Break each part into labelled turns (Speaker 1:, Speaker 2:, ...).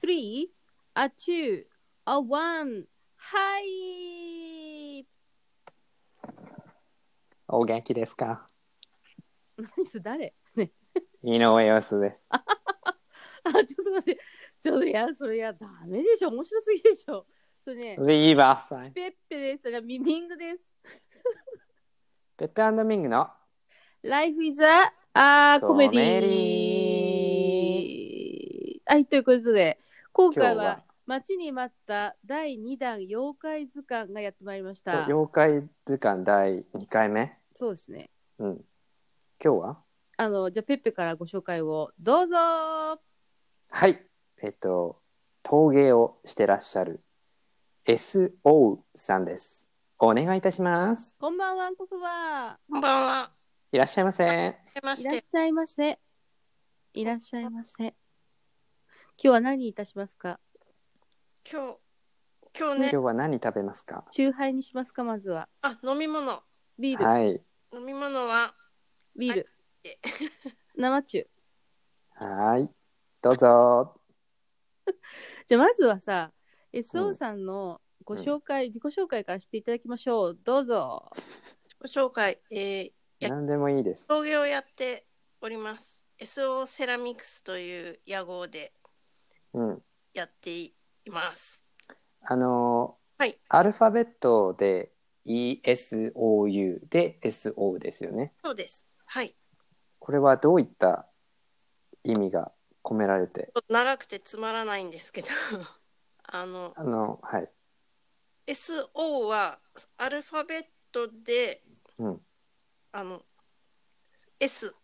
Speaker 1: three, a two, a one. はい。
Speaker 2: お元気ですか
Speaker 1: 何それ誰 ね。
Speaker 2: 井上陽子です。
Speaker 1: あ、ちょっと待って。ちょっといや、それいや、ダメでしょ。面白すぎでしょ。それね、
Speaker 2: リーバーサイ。
Speaker 1: ペッペです。じゃあミミングです。
Speaker 2: ペッペアンドミングの
Speaker 1: Life is a あーコメデ
Speaker 2: コメデ
Speaker 1: ィー。はい、ということで、今
Speaker 2: 今
Speaker 1: 回
Speaker 2: 日
Speaker 1: は
Speaker 2: は、
Speaker 1: 待ちに待った第2弾妖怪図鑑がやってまいりまし
Speaker 2: そう
Speaker 1: た。
Speaker 2: 妖怪図鑑第2回目。
Speaker 1: そうですね。
Speaker 2: うん。今日は
Speaker 1: あの、じゃあペッペからご紹介をどうぞ
Speaker 2: はい。えっと、陶芸をしてらっしゃる SO さんです。お願いいたします。
Speaker 1: こんばんは、こそば。
Speaker 3: こんばんは。は
Speaker 2: いらっしゃいませ。
Speaker 3: じめま
Speaker 1: い
Speaker 3: し
Speaker 1: らってし。ゃいませ。いらっしゃいませ。今日は何いたしますか
Speaker 3: 今日、今日
Speaker 2: 今
Speaker 3: ね
Speaker 2: 日、は何食べますか
Speaker 1: チューハイにしますかまずは。
Speaker 3: あ、飲み物。
Speaker 1: ビール、
Speaker 2: はい。
Speaker 3: 飲み物は、
Speaker 1: ビール
Speaker 3: はい。
Speaker 1: 生中。
Speaker 2: はい。どうぞ。
Speaker 1: じゃあまずはさ、
Speaker 2: う
Speaker 1: SO
Speaker 2: ん
Speaker 1: さんのご紹介、自己紹介からしていただきましょう。どうぞ。
Speaker 3: ご紹介、えー、や
Speaker 2: 何でもいいです。
Speaker 3: 陶芸をやっております。SO セラミクスという屋号で
Speaker 2: うん。
Speaker 3: やっています。
Speaker 2: あのー
Speaker 3: はい
Speaker 2: アルファベットで ESOU で SO ですよね。
Speaker 3: そうです。はい。
Speaker 2: これはどういった意味が込められて、
Speaker 3: 長くてつまらないんですけど、 あの、
Speaker 2: あの、はい。
Speaker 3: SO はアルファベットで、
Speaker 2: うん
Speaker 3: あの S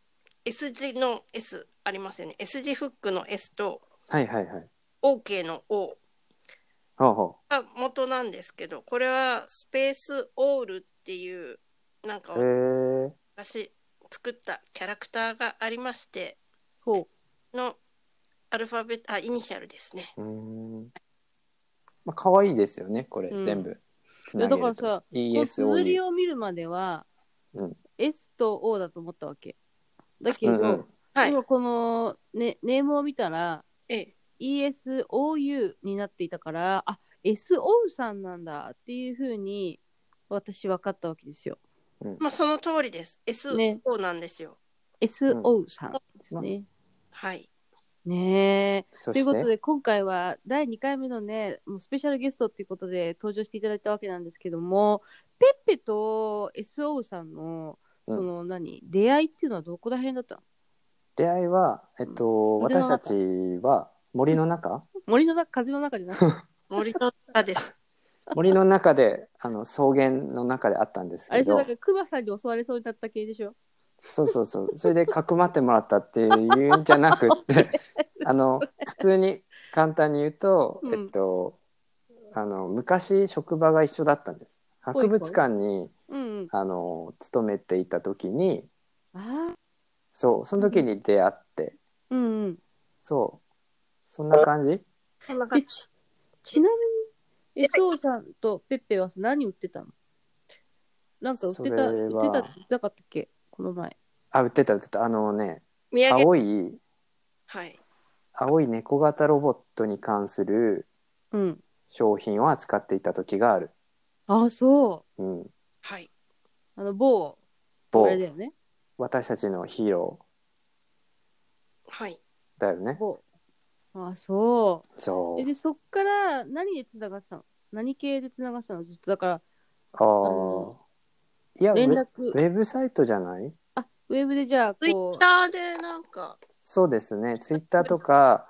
Speaker 3: S 字の S ありますよね S 字フックの S と
Speaker 2: はいはいはい。
Speaker 3: OK の O
Speaker 2: ほうほ
Speaker 3: が元なんですけどこれはスペースオールっていうなんか
Speaker 2: う。へえ。
Speaker 3: 私作ったキャラクターがありまして
Speaker 1: ほ
Speaker 3: のアルファベットあイニシャルですね
Speaker 2: うーん。まあ、可愛いですよね、これ、
Speaker 1: うん
Speaker 2: 全部。つ
Speaker 1: う。
Speaker 2: な
Speaker 1: だか
Speaker 2: げ
Speaker 1: ら
Speaker 2: ると
Speaker 1: さ、こう綴り
Speaker 2: ESOU。
Speaker 1: を見るまでは、
Speaker 2: うん
Speaker 1: S と O だと思ったわけ。だけ
Speaker 2: う
Speaker 1: ど、
Speaker 2: んうん、
Speaker 3: はい
Speaker 1: 今この、ね、ネームを見たら、
Speaker 3: ええ
Speaker 1: ESOU になっていたから、あ SO さんなんだっていうふうに私分かったわけですよ。
Speaker 3: まあその通りです SO
Speaker 1: ね
Speaker 3: なんですよ、
Speaker 1: SO さんですね。
Speaker 3: はい
Speaker 1: ねえ。
Speaker 2: そ
Speaker 1: という
Speaker 2: し
Speaker 1: こと
Speaker 2: て、
Speaker 1: で、今回は第2回目のね、もうスペシャルゲストっていうことで登場していただいたわけなんですけども、ペッペと SO さんの、
Speaker 2: うん
Speaker 1: その何、出会いっていうのはどこら辺だったの
Speaker 2: 出会いは、えっと、
Speaker 1: 腕の中
Speaker 2: 私たちは森 の中
Speaker 1: 森の中、風の中じゃなくて、
Speaker 3: 森の中です
Speaker 2: 森の中で、あの、草原の中であったんです
Speaker 1: あ
Speaker 2: け
Speaker 1: れじゃ
Speaker 2: ど
Speaker 1: なん。か熊さんに襲われそうになった系でしょ
Speaker 2: そうそうそう。それでかくまってもらったっていうんじゃなくって、 あの、普通に簡単に言うと、
Speaker 1: うん
Speaker 2: えっと、あの、昔職場が一緒だったんです。
Speaker 1: ほいほい
Speaker 2: 博物館に、
Speaker 1: うんうん。
Speaker 2: あの、勤めていた時に、
Speaker 1: ああ、
Speaker 2: そう、その時に出会って、
Speaker 1: うんうん。
Speaker 2: そう、そんな感じ
Speaker 3: こんな感
Speaker 1: で
Speaker 3: じ
Speaker 1: ちちなみに、SO さんとペッペはさ何売ってたのなんか売って
Speaker 2: そ
Speaker 1: た、
Speaker 2: れ
Speaker 1: 売
Speaker 2: は
Speaker 1: ってたって言ってなかったっけこの前。
Speaker 2: あ、売ってた売ってた。あのね、
Speaker 3: 見上げ
Speaker 2: 青い、
Speaker 3: はい
Speaker 2: 青い猫型ロボットに関する
Speaker 1: うん。
Speaker 2: 商品を扱っていた時がある。
Speaker 1: あ、そ。
Speaker 2: うん。
Speaker 3: はいう
Speaker 1: あの、某、
Speaker 2: 某
Speaker 1: あれだよね。
Speaker 2: 私たちのヒーロ
Speaker 3: はい
Speaker 2: ーだよね。
Speaker 1: 某。あ、そ。
Speaker 2: そう
Speaker 1: え
Speaker 2: う。
Speaker 1: で、そっから何で繋がってたの何系で繋がってたのずっとだか
Speaker 2: ああ
Speaker 1: の。
Speaker 2: いや、
Speaker 1: ら、
Speaker 2: ウ
Speaker 1: 連
Speaker 2: ェ
Speaker 1: 絡
Speaker 2: ウ、ェブサイトじゃない
Speaker 1: あ、ウェブでじゃあ、
Speaker 3: ツイ
Speaker 1: こ
Speaker 3: ッ
Speaker 1: う
Speaker 3: タ、ーでなんか
Speaker 2: そうですね。ツイッターとか、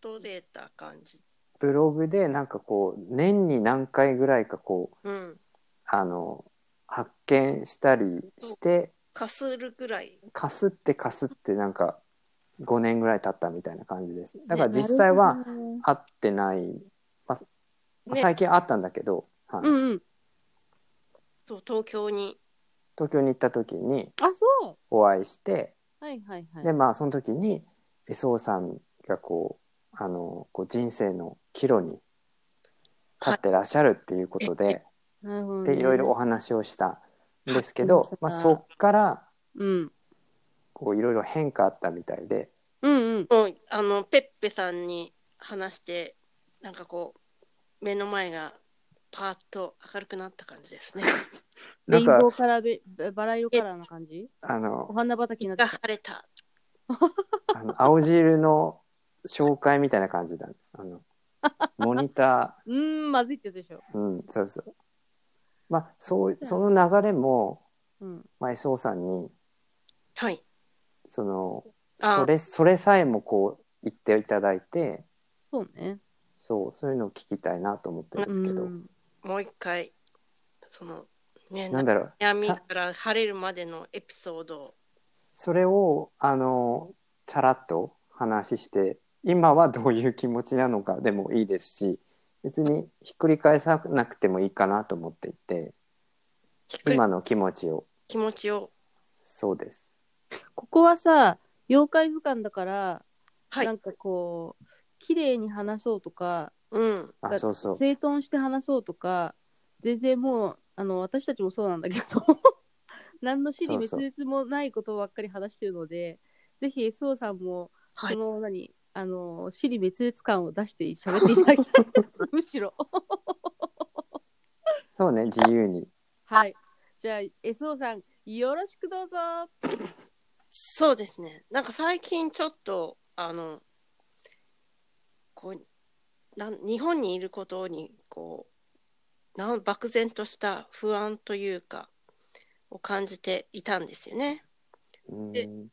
Speaker 3: 取れた感じ。
Speaker 2: ブログで、なんかこう、年に何回ぐらいかこう、
Speaker 3: うん。
Speaker 2: あの、発見したりして、
Speaker 3: かするぐらい。
Speaker 2: かすってかすってなんか5年ぐらい経ったみたいな感じです。だから実際は
Speaker 1: なるほどね
Speaker 2: 会ってない、まあ
Speaker 3: ね
Speaker 2: 最近会ったんだけど、はい
Speaker 1: うんうん。
Speaker 3: そう、東京に。
Speaker 2: 東京に行った時に
Speaker 1: あ、そ
Speaker 2: お会いして、
Speaker 1: う。はいはいはい。
Speaker 2: でまあその時に SO さんがこうあのこう人生の岐路に立ってらっしゃるっていうことで,、
Speaker 1: なるほど、ね。
Speaker 2: でいろいろお話をしたんですけど、
Speaker 1: はい
Speaker 2: まあ、そっから
Speaker 1: うん。
Speaker 2: こういろいろ変化あったみたいで
Speaker 1: うんうん。
Speaker 3: もう、あの、ペッペさんに話してなんかこう目の前がパーッと明るくなった感じ ですね。
Speaker 2: な
Speaker 1: レイ
Speaker 2: ん
Speaker 1: ン
Speaker 2: か
Speaker 1: ボーカラーベ、バラ色カラーな感じ
Speaker 2: あ
Speaker 1: お
Speaker 2: の
Speaker 1: 花畑になって
Speaker 3: が
Speaker 1: きた
Speaker 3: 晴れた。
Speaker 2: あの青汁の紹介みたいな感じだ、ね、あのモニタ
Speaker 1: うーん、まずいってやつでしょ。
Speaker 2: ー うんそうそうまあそうその流れも、
Speaker 1: うん。
Speaker 2: まあ、SO さんに
Speaker 3: はい。
Speaker 2: その
Speaker 3: あ
Speaker 2: それそれさえもこう言っていただいて
Speaker 1: そうね。
Speaker 2: そうそういうのを聞きたいなと思ってるんですけど、
Speaker 1: うん
Speaker 3: もう一回そのね
Speaker 2: なんだろう
Speaker 3: 悩み
Speaker 2: さ
Speaker 3: から晴れるまでのエピソードを
Speaker 2: それをあのチャラッと話して今はどういう気持ちなのかでもいいですし別にひっくり返さなくてもいいかなと思っていて
Speaker 3: ひっくり
Speaker 2: 今の気持ちを
Speaker 3: 気持ちを
Speaker 2: そうです
Speaker 1: ここはさ、妖怪図鑑だから、
Speaker 3: はい
Speaker 1: なんかこう、綺麗に話そうとか、
Speaker 3: うん
Speaker 2: あそうそう
Speaker 1: 整頓して話そうとか、全然もう、あの、私たちもそうなんだけど、 何の私に
Speaker 2: そうそう
Speaker 1: 滅裂もないことばっかり話してるので、ぜひ SO さんも、
Speaker 3: はい
Speaker 1: その、何、あの、私に滅裂感を出して喋っていただ きたい。むしろ。
Speaker 2: そうね自由に
Speaker 1: はい。じゃあ、SO さん、よろしくどうぞ。
Speaker 3: そうですねなんか最近ちょっとあのこうなん日本にいることにこうなん漠然とした不安というかを感じていたんですよね。
Speaker 2: う
Speaker 3: で
Speaker 2: ーん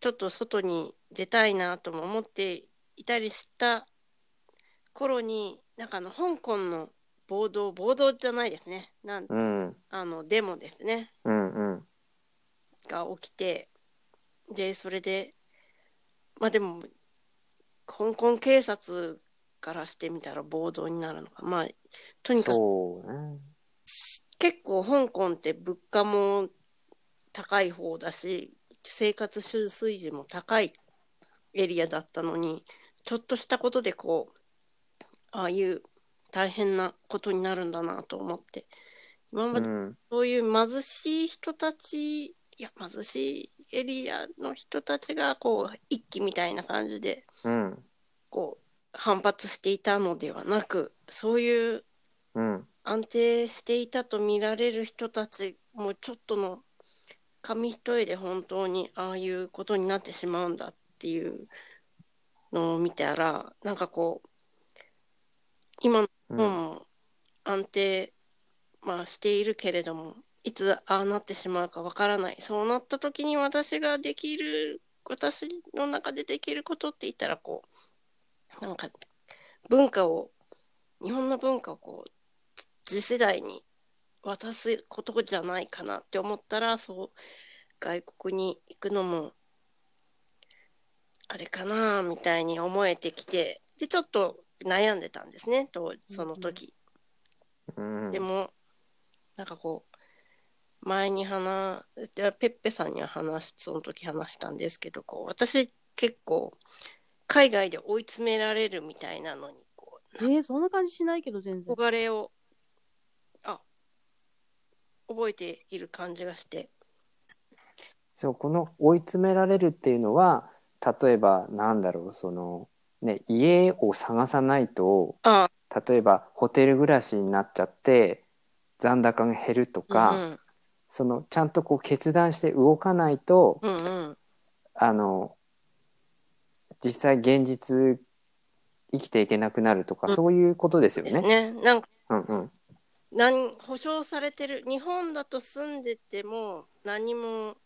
Speaker 3: ちょっと外に出たいなとも思っていたりした頃になんかあの香港の暴動暴動じゃないですねなん
Speaker 2: うん
Speaker 3: あのデモですね
Speaker 2: うんうん
Speaker 3: が起きてでそれでまあでも香港警察からしてみたら暴動になるのかまあとにかく
Speaker 2: そうね
Speaker 3: 結構香港って物価も高い方だし生活水準も高いエリアだったのにちょっとしたことでこうああいう大変なことになるんだなと思って今ま
Speaker 2: う
Speaker 3: で
Speaker 2: ん
Speaker 3: そういう貧しい人たち、いや貧しいエリアの人たちがこう一気みたいな感じで
Speaker 2: うん
Speaker 3: こう反発していたのではなくそういう
Speaker 2: うん
Speaker 3: 安定していたと見られる人たちもちょっとの紙一重で本当にああいうことになってしまうんだっていうのを見たらなんかこう今の
Speaker 2: う
Speaker 3: 日本
Speaker 2: ん
Speaker 3: も安定、まあ、しているけれどもいつああなってしまうかわからないそうなった時に私ができる私の中でできることって言ったらこうなんか文化を日本の文化をこう次世代に渡すことじゃないかなって思ったらそう外国に行くのもあれかなみたいに思えてきてでちょっと悩んでたんですねとその時、
Speaker 2: うん
Speaker 3: でもなんかこう前に話でペッペさんには話しその時話したんですけどこう私結構海外で追い詰められるみたいなのにこう
Speaker 1: えー、そんな感じしないけど、全然。
Speaker 3: 憧れをあ覚えている感じがして
Speaker 2: そうこの追い詰められるっていうのは例えばなんだろうその、ね、家を探さないと
Speaker 3: あ
Speaker 2: 例えばホテル暮らしになっちゃって残高が減るとか、そのちゃんとこう決断して動かないと、
Speaker 3: うんうんうん
Speaker 2: あの実際現実生きていけなくなるとか、
Speaker 3: うん
Speaker 2: そういうことですよ
Speaker 3: です
Speaker 2: ね。
Speaker 3: ねなんか
Speaker 2: うんうん
Speaker 3: 何保証されてる日本だと住んでても何も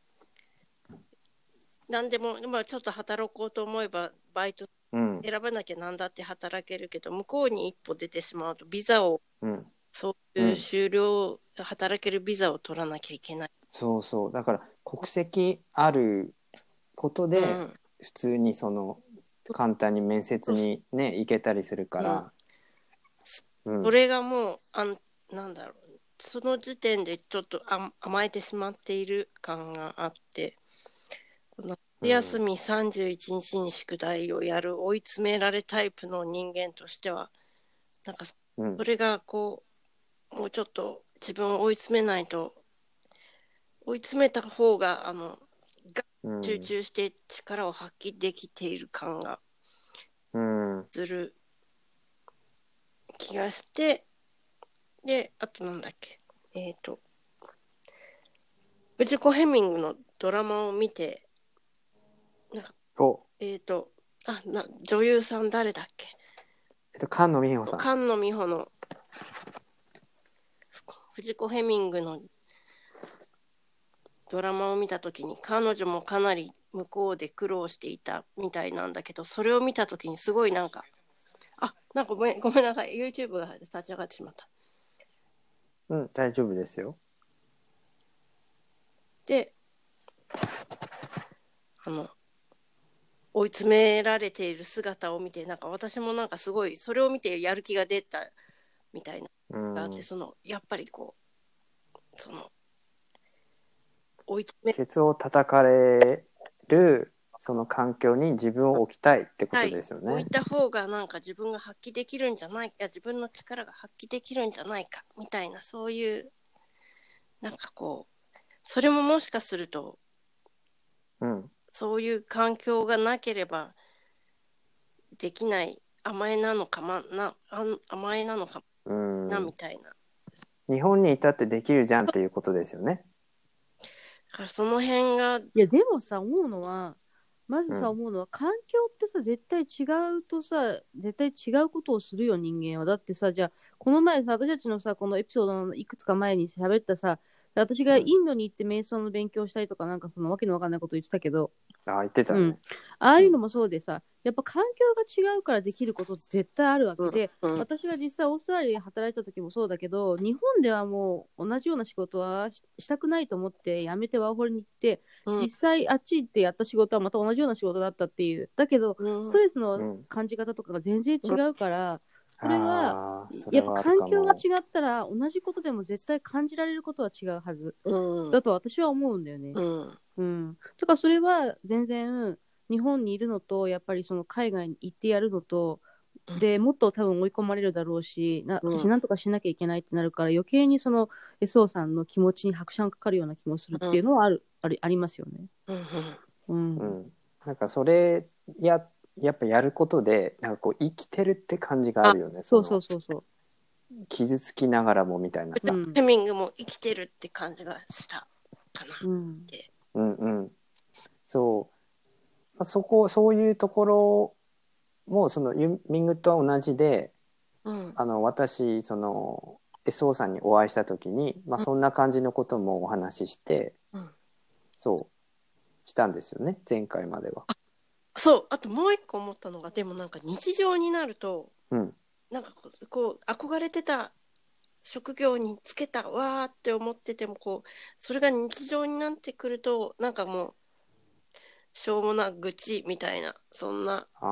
Speaker 3: 何でも、まあ、ちょっと働こうと思えばバイト
Speaker 2: うん
Speaker 3: 選ばなきゃ何だって働けるけど向こうに一歩出てしまうとビザを
Speaker 2: うん、
Speaker 3: そういううん終了、働けるビザを取らなきゃいけない。
Speaker 2: そうそうだから国籍あることで、
Speaker 3: うん
Speaker 2: 普通にその簡単に面接にね行けたりするから、うん
Speaker 3: それがもうあんなんだろうその時点でちょっと甘甘えてしまっている感があってこの
Speaker 2: うん
Speaker 3: 夏休み31日に宿題をやる追い詰められタイプの人間としてはなんかそ
Speaker 2: うん
Speaker 3: それがこうもうちょっと自分を追い詰めないと追い詰めた方があの
Speaker 2: うん
Speaker 3: 集中して力を発揮できている感が
Speaker 2: うんうん
Speaker 3: する気がしてであとなんだっけえっ、とうちコヘミングのドラマを見て
Speaker 2: お
Speaker 3: えっ、とあな女優さん誰だっけ
Speaker 2: えっと菅野美穂さん
Speaker 3: 菅野美穂の藤子ヘミングのドラマを見た時に彼女もかなり向こうで苦労していたみたいなんだけどそれを見た時にすごいなんかあなんかごめんごめんなさい YouTube が立ち上がってしまった
Speaker 2: うん大丈夫ですよ
Speaker 3: であの追い詰められている姿を見てなんか私もなんかすごいそれを見てやる気が出たみたいな
Speaker 2: うん
Speaker 3: があって、そのやっぱりこうその追い詰め
Speaker 2: ケツを叩かれるその環境に自分を置きたいってことですよね、
Speaker 3: 置いた方がなんか自分が発揮できるんじゃないか自分の力が発揮できるんじゃないかみたいなそういうなんかこうそれももしかすると
Speaker 2: うん
Speaker 3: そういう環境がなければできない甘えなのかまなあん甘えなのか
Speaker 2: うん
Speaker 3: なみたいな、だ
Speaker 2: 日本にいたってできるじゃんっていうことですよね
Speaker 3: からその辺が
Speaker 1: いやでもさ思うのはまず
Speaker 2: うん
Speaker 1: さ思うのは、環境ってさ絶対違うとさ絶対違うことをするよ人間はだってさじゃあこの前さ私たちのさこのエピソードのいくつか前に喋ったさ私が
Speaker 2: う
Speaker 1: イ
Speaker 2: ん
Speaker 1: ンドに行って瞑想の勉強したりとかなんかそのわけのわかんないこと言ってたけど
Speaker 2: あ言ってたね、
Speaker 1: うんああいうのもそうでさやっぱ環境が違うからできることって絶対あるわけで、
Speaker 3: うん
Speaker 1: 私は実際オーストラリアで働いた時もそうだけど日本ではもう同じような仕事はししたくないと思って辞めてワーホリに行って
Speaker 3: うん
Speaker 1: 実際あっち行ってやった仕事はまた同じような仕事だったっていうだけど
Speaker 3: うん
Speaker 1: ストレス
Speaker 2: う
Speaker 1: の
Speaker 2: ん
Speaker 1: 感じ方とかが全然違うから、これ
Speaker 2: あ
Speaker 1: は
Speaker 2: ーそれ
Speaker 1: やっぱ
Speaker 2: はあるかも
Speaker 1: 環境が違ったら同じことでも絶対感じられることは違うはず
Speaker 3: うん
Speaker 1: だと私は思うんだよね。
Speaker 3: うん
Speaker 1: うん、だからそれは全然日本にいるのとやっぱりその海外に行ってやるのと
Speaker 3: うん
Speaker 1: でもっと多分追い込まれるだろうしな
Speaker 3: うん
Speaker 1: 私なんとかしなきゃいけないってなるから余計にその SO さんの気持ちに拍車がかかるような気もするっていうのはある、あるありますよね。
Speaker 3: うんうん
Speaker 1: うん
Speaker 2: うん、なんかそれややっぱやることでなんかこう生きてるって感じがあるよね
Speaker 1: そう
Speaker 2: の
Speaker 1: そうそうそう。
Speaker 2: 傷つきながらもみたいな、
Speaker 1: うん
Speaker 3: ヘミングも生きてるって感じがしたかな。
Speaker 1: うん
Speaker 2: うんうん、そうまあそこそういうところもそのユミングとは同じで
Speaker 3: うん
Speaker 2: あの私その SO さんにお会いした時に、まあ、
Speaker 3: うん
Speaker 2: そんな感じのこともお話しして、
Speaker 3: うん
Speaker 2: そうしたんですよね前回までは。
Speaker 3: そうあともう一個思ったのがでもなんか日常になると
Speaker 2: うん
Speaker 3: なんかこうこう憧れてた職業につけたわーって思っててもこうそれが日常になってくるとなんかもうしょうもな愚痴みたいなそんな
Speaker 2: あ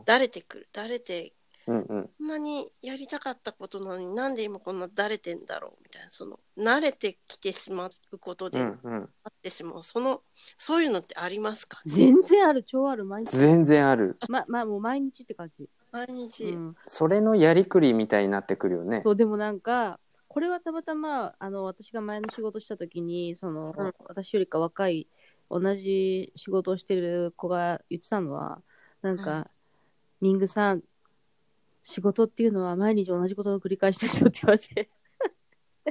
Speaker 2: ー
Speaker 3: だれてくるだれて
Speaker 2: うんうん
Speaker 3: こんなにやりたかったことなのになんで今こんなだれてんだろうみたいなその慣れてきてしまうこと
Speaker 2: う
Speaker 3: で
Speaker 2: んうん
Speaker 3: あってしまう、そのそういうのってありますか
Speaker 1: 全然ある超ある毎日
Speaker 2: 全然ある
Speaker 1: ままもう毎日って感 じ。
Speaker 3: 毎日、
Speaker 1: うん
Speaker 2: それのやりくりみたいになってくるよね。
Speaker 1: そうでもなんかこれはたまたまあの私が前の仕事した時にその、
Speaker 3: うん
Speaker 1: 私よりか若い同じ仕事をしてる子が言ってたのはなんか、ミングさん仕事っていうのは毎日同じことの繰り返しですよって言われて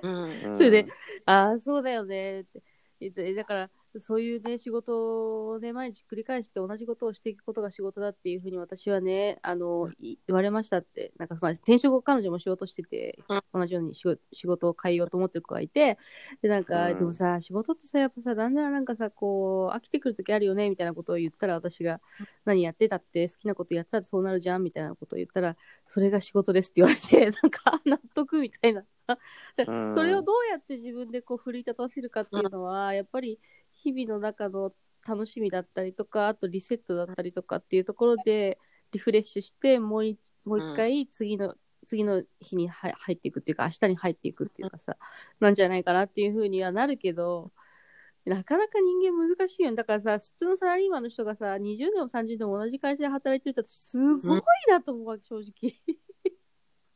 Speaker 3: う
Speaker 2: う
Speaker 3: ん
Speaker 2: ん
Speaker 1: それでああそうだよねって言ってだからそういうね仕事をね毎日繰り返して同じことをしていくことが仕事だっていうふうに私はねあのい言われましたってなんか、まあ、転職後彼女も仕事してて
Speaker 3: うん
Speaker 1: 同じように仕事仕事を変えようと思ってる子がいてでなんか、
Speaker 2: うん
Speaker 1: でもさ仕事ってさやっぱさだんだんなんかさこう飽きてくる時あるよねみたいなことを言ったら私が何やってたって好きなことやってたらそうなるじゃんみたいなことを言ったらそれが仕事ですって言われて なんか納得みたいな。
Speaker 2: うん
Speaker 1: それをどうやって自分でこう奮い立たせるかっていうのは、やっぱり日々の中の楽しみだったりとかあとリセットだったりとかっていうところでリフレッシュしてもう一もう一回次の、次の日には入っていくっていうか明日に入っていくっていうかさ、なんじゃないかなっていうふうにはなるけどなかなか人間難しいよねだからさ普通のサラリーマンの人がさ20年も30年も同じ会社で働いてるとすごいなと思うわけ正直。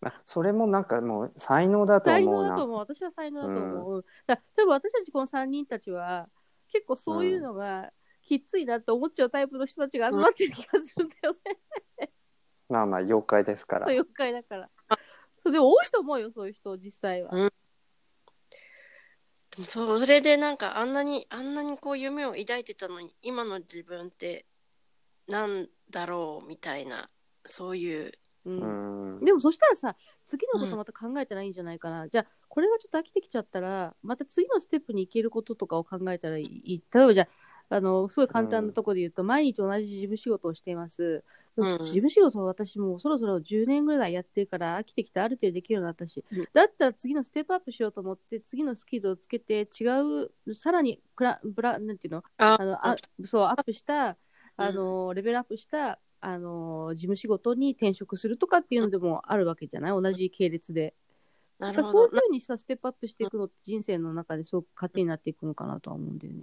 Speaker 2: あそれもなんかもう才能だと
Speaker 1: 才
Speaker 2: 思
Speaker 1: 能
Speaker 2: う
Speaker 1: だと
Speaker 2: な。
Speaker 1: 思う私は才能だと思う、うんだから多分私たちこの3人たちは結構そういうの がきついなって思っちゃうタイプの人たちが集まってる気がするんだよね、
Speaker 2: まあまあ妖怪ですから
Speaker 1: 妖怪だから。そうでも多いと思うよ、そういう人、実際は
Speaker 3: う。んでもそれでなんかあんなにあんなにこう夢を抱いてたのに今の自分ってなんだろうみたいなそういう
Speaker 1: う、
Speaker 2: うんん
Speaker 1: でもそしたらさ、次のことまた考えてないんじゃないかな。じゃあ、これがちょっと飽きてきちゃったら、また次のステップに行けることとかを考えたらいい。例えばじゃあ、あの、すごい簡単なところで言うと、毎日同じ事務仕事をしています。でも
Speaker 3: うん
Speaker 1: 事務仕事を私もうそろそろ10年ぐらいやってるから飽きてきてある程度できるようになったし、
Speaker 3: うん
Speaker 1: だったら次のステップアップしようと思って、次のスキルをつけて、違う、さらにクラ、ブラ、なんていうの
Speaker 3: あ
Speaker 1: あのあそうアップしたあの、レベルアップしたあの事務仕事に転職するとかっていうのでもあるわけじゃない同じ系列で
Speaker 3: な
Speaker 1: だから
Speaker 3: るほ
Speaker 1: そうい
Speaker 3: ど
Speaker 1: うふうにさステップアップしていくのって人生の中ですごく糧になっていくのかなとは思うんだよね。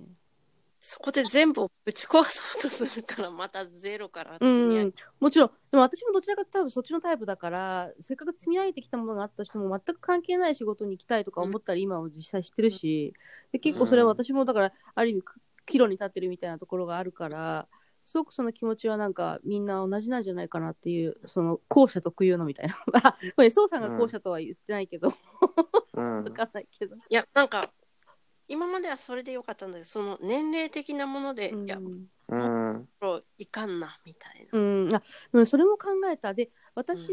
Speaker 3: そこで全部をぶち壊そうとするからまたゼロから積
Speaker 1: う
Speaker 3: み
Speaker 1: ん
Speaker 3: 上
Speaker 1: う
Speaker 3: げ
Speaker 1: ん、もちろんでも私もどちらかというと多分そっちのタイプだからせっかく積み上げてきたものがあったとしても全く関係ない仕事に行きたいとか思ったら今も実際知ってるしで結構それは私もだからある意味く岐路に立ってるみたいなところがあるからすごくその気持ちはなんかみんな同じなんじゃないかなっていうその後者特有のみたいな あこれ宋さんが後者とは言ってないけど、
Speaker 2: うん
Speaker 1: 分かんないけど、
Speaker 3: いやなんか今まではそれでよかったんだけどその年齢的なもので、
Speaker 1: うん
Speaker 3: いや
Speaker 2: うん
Speaker 3: いかんなみたいな、
Speaker 1: うん、あでもそれも考えたで私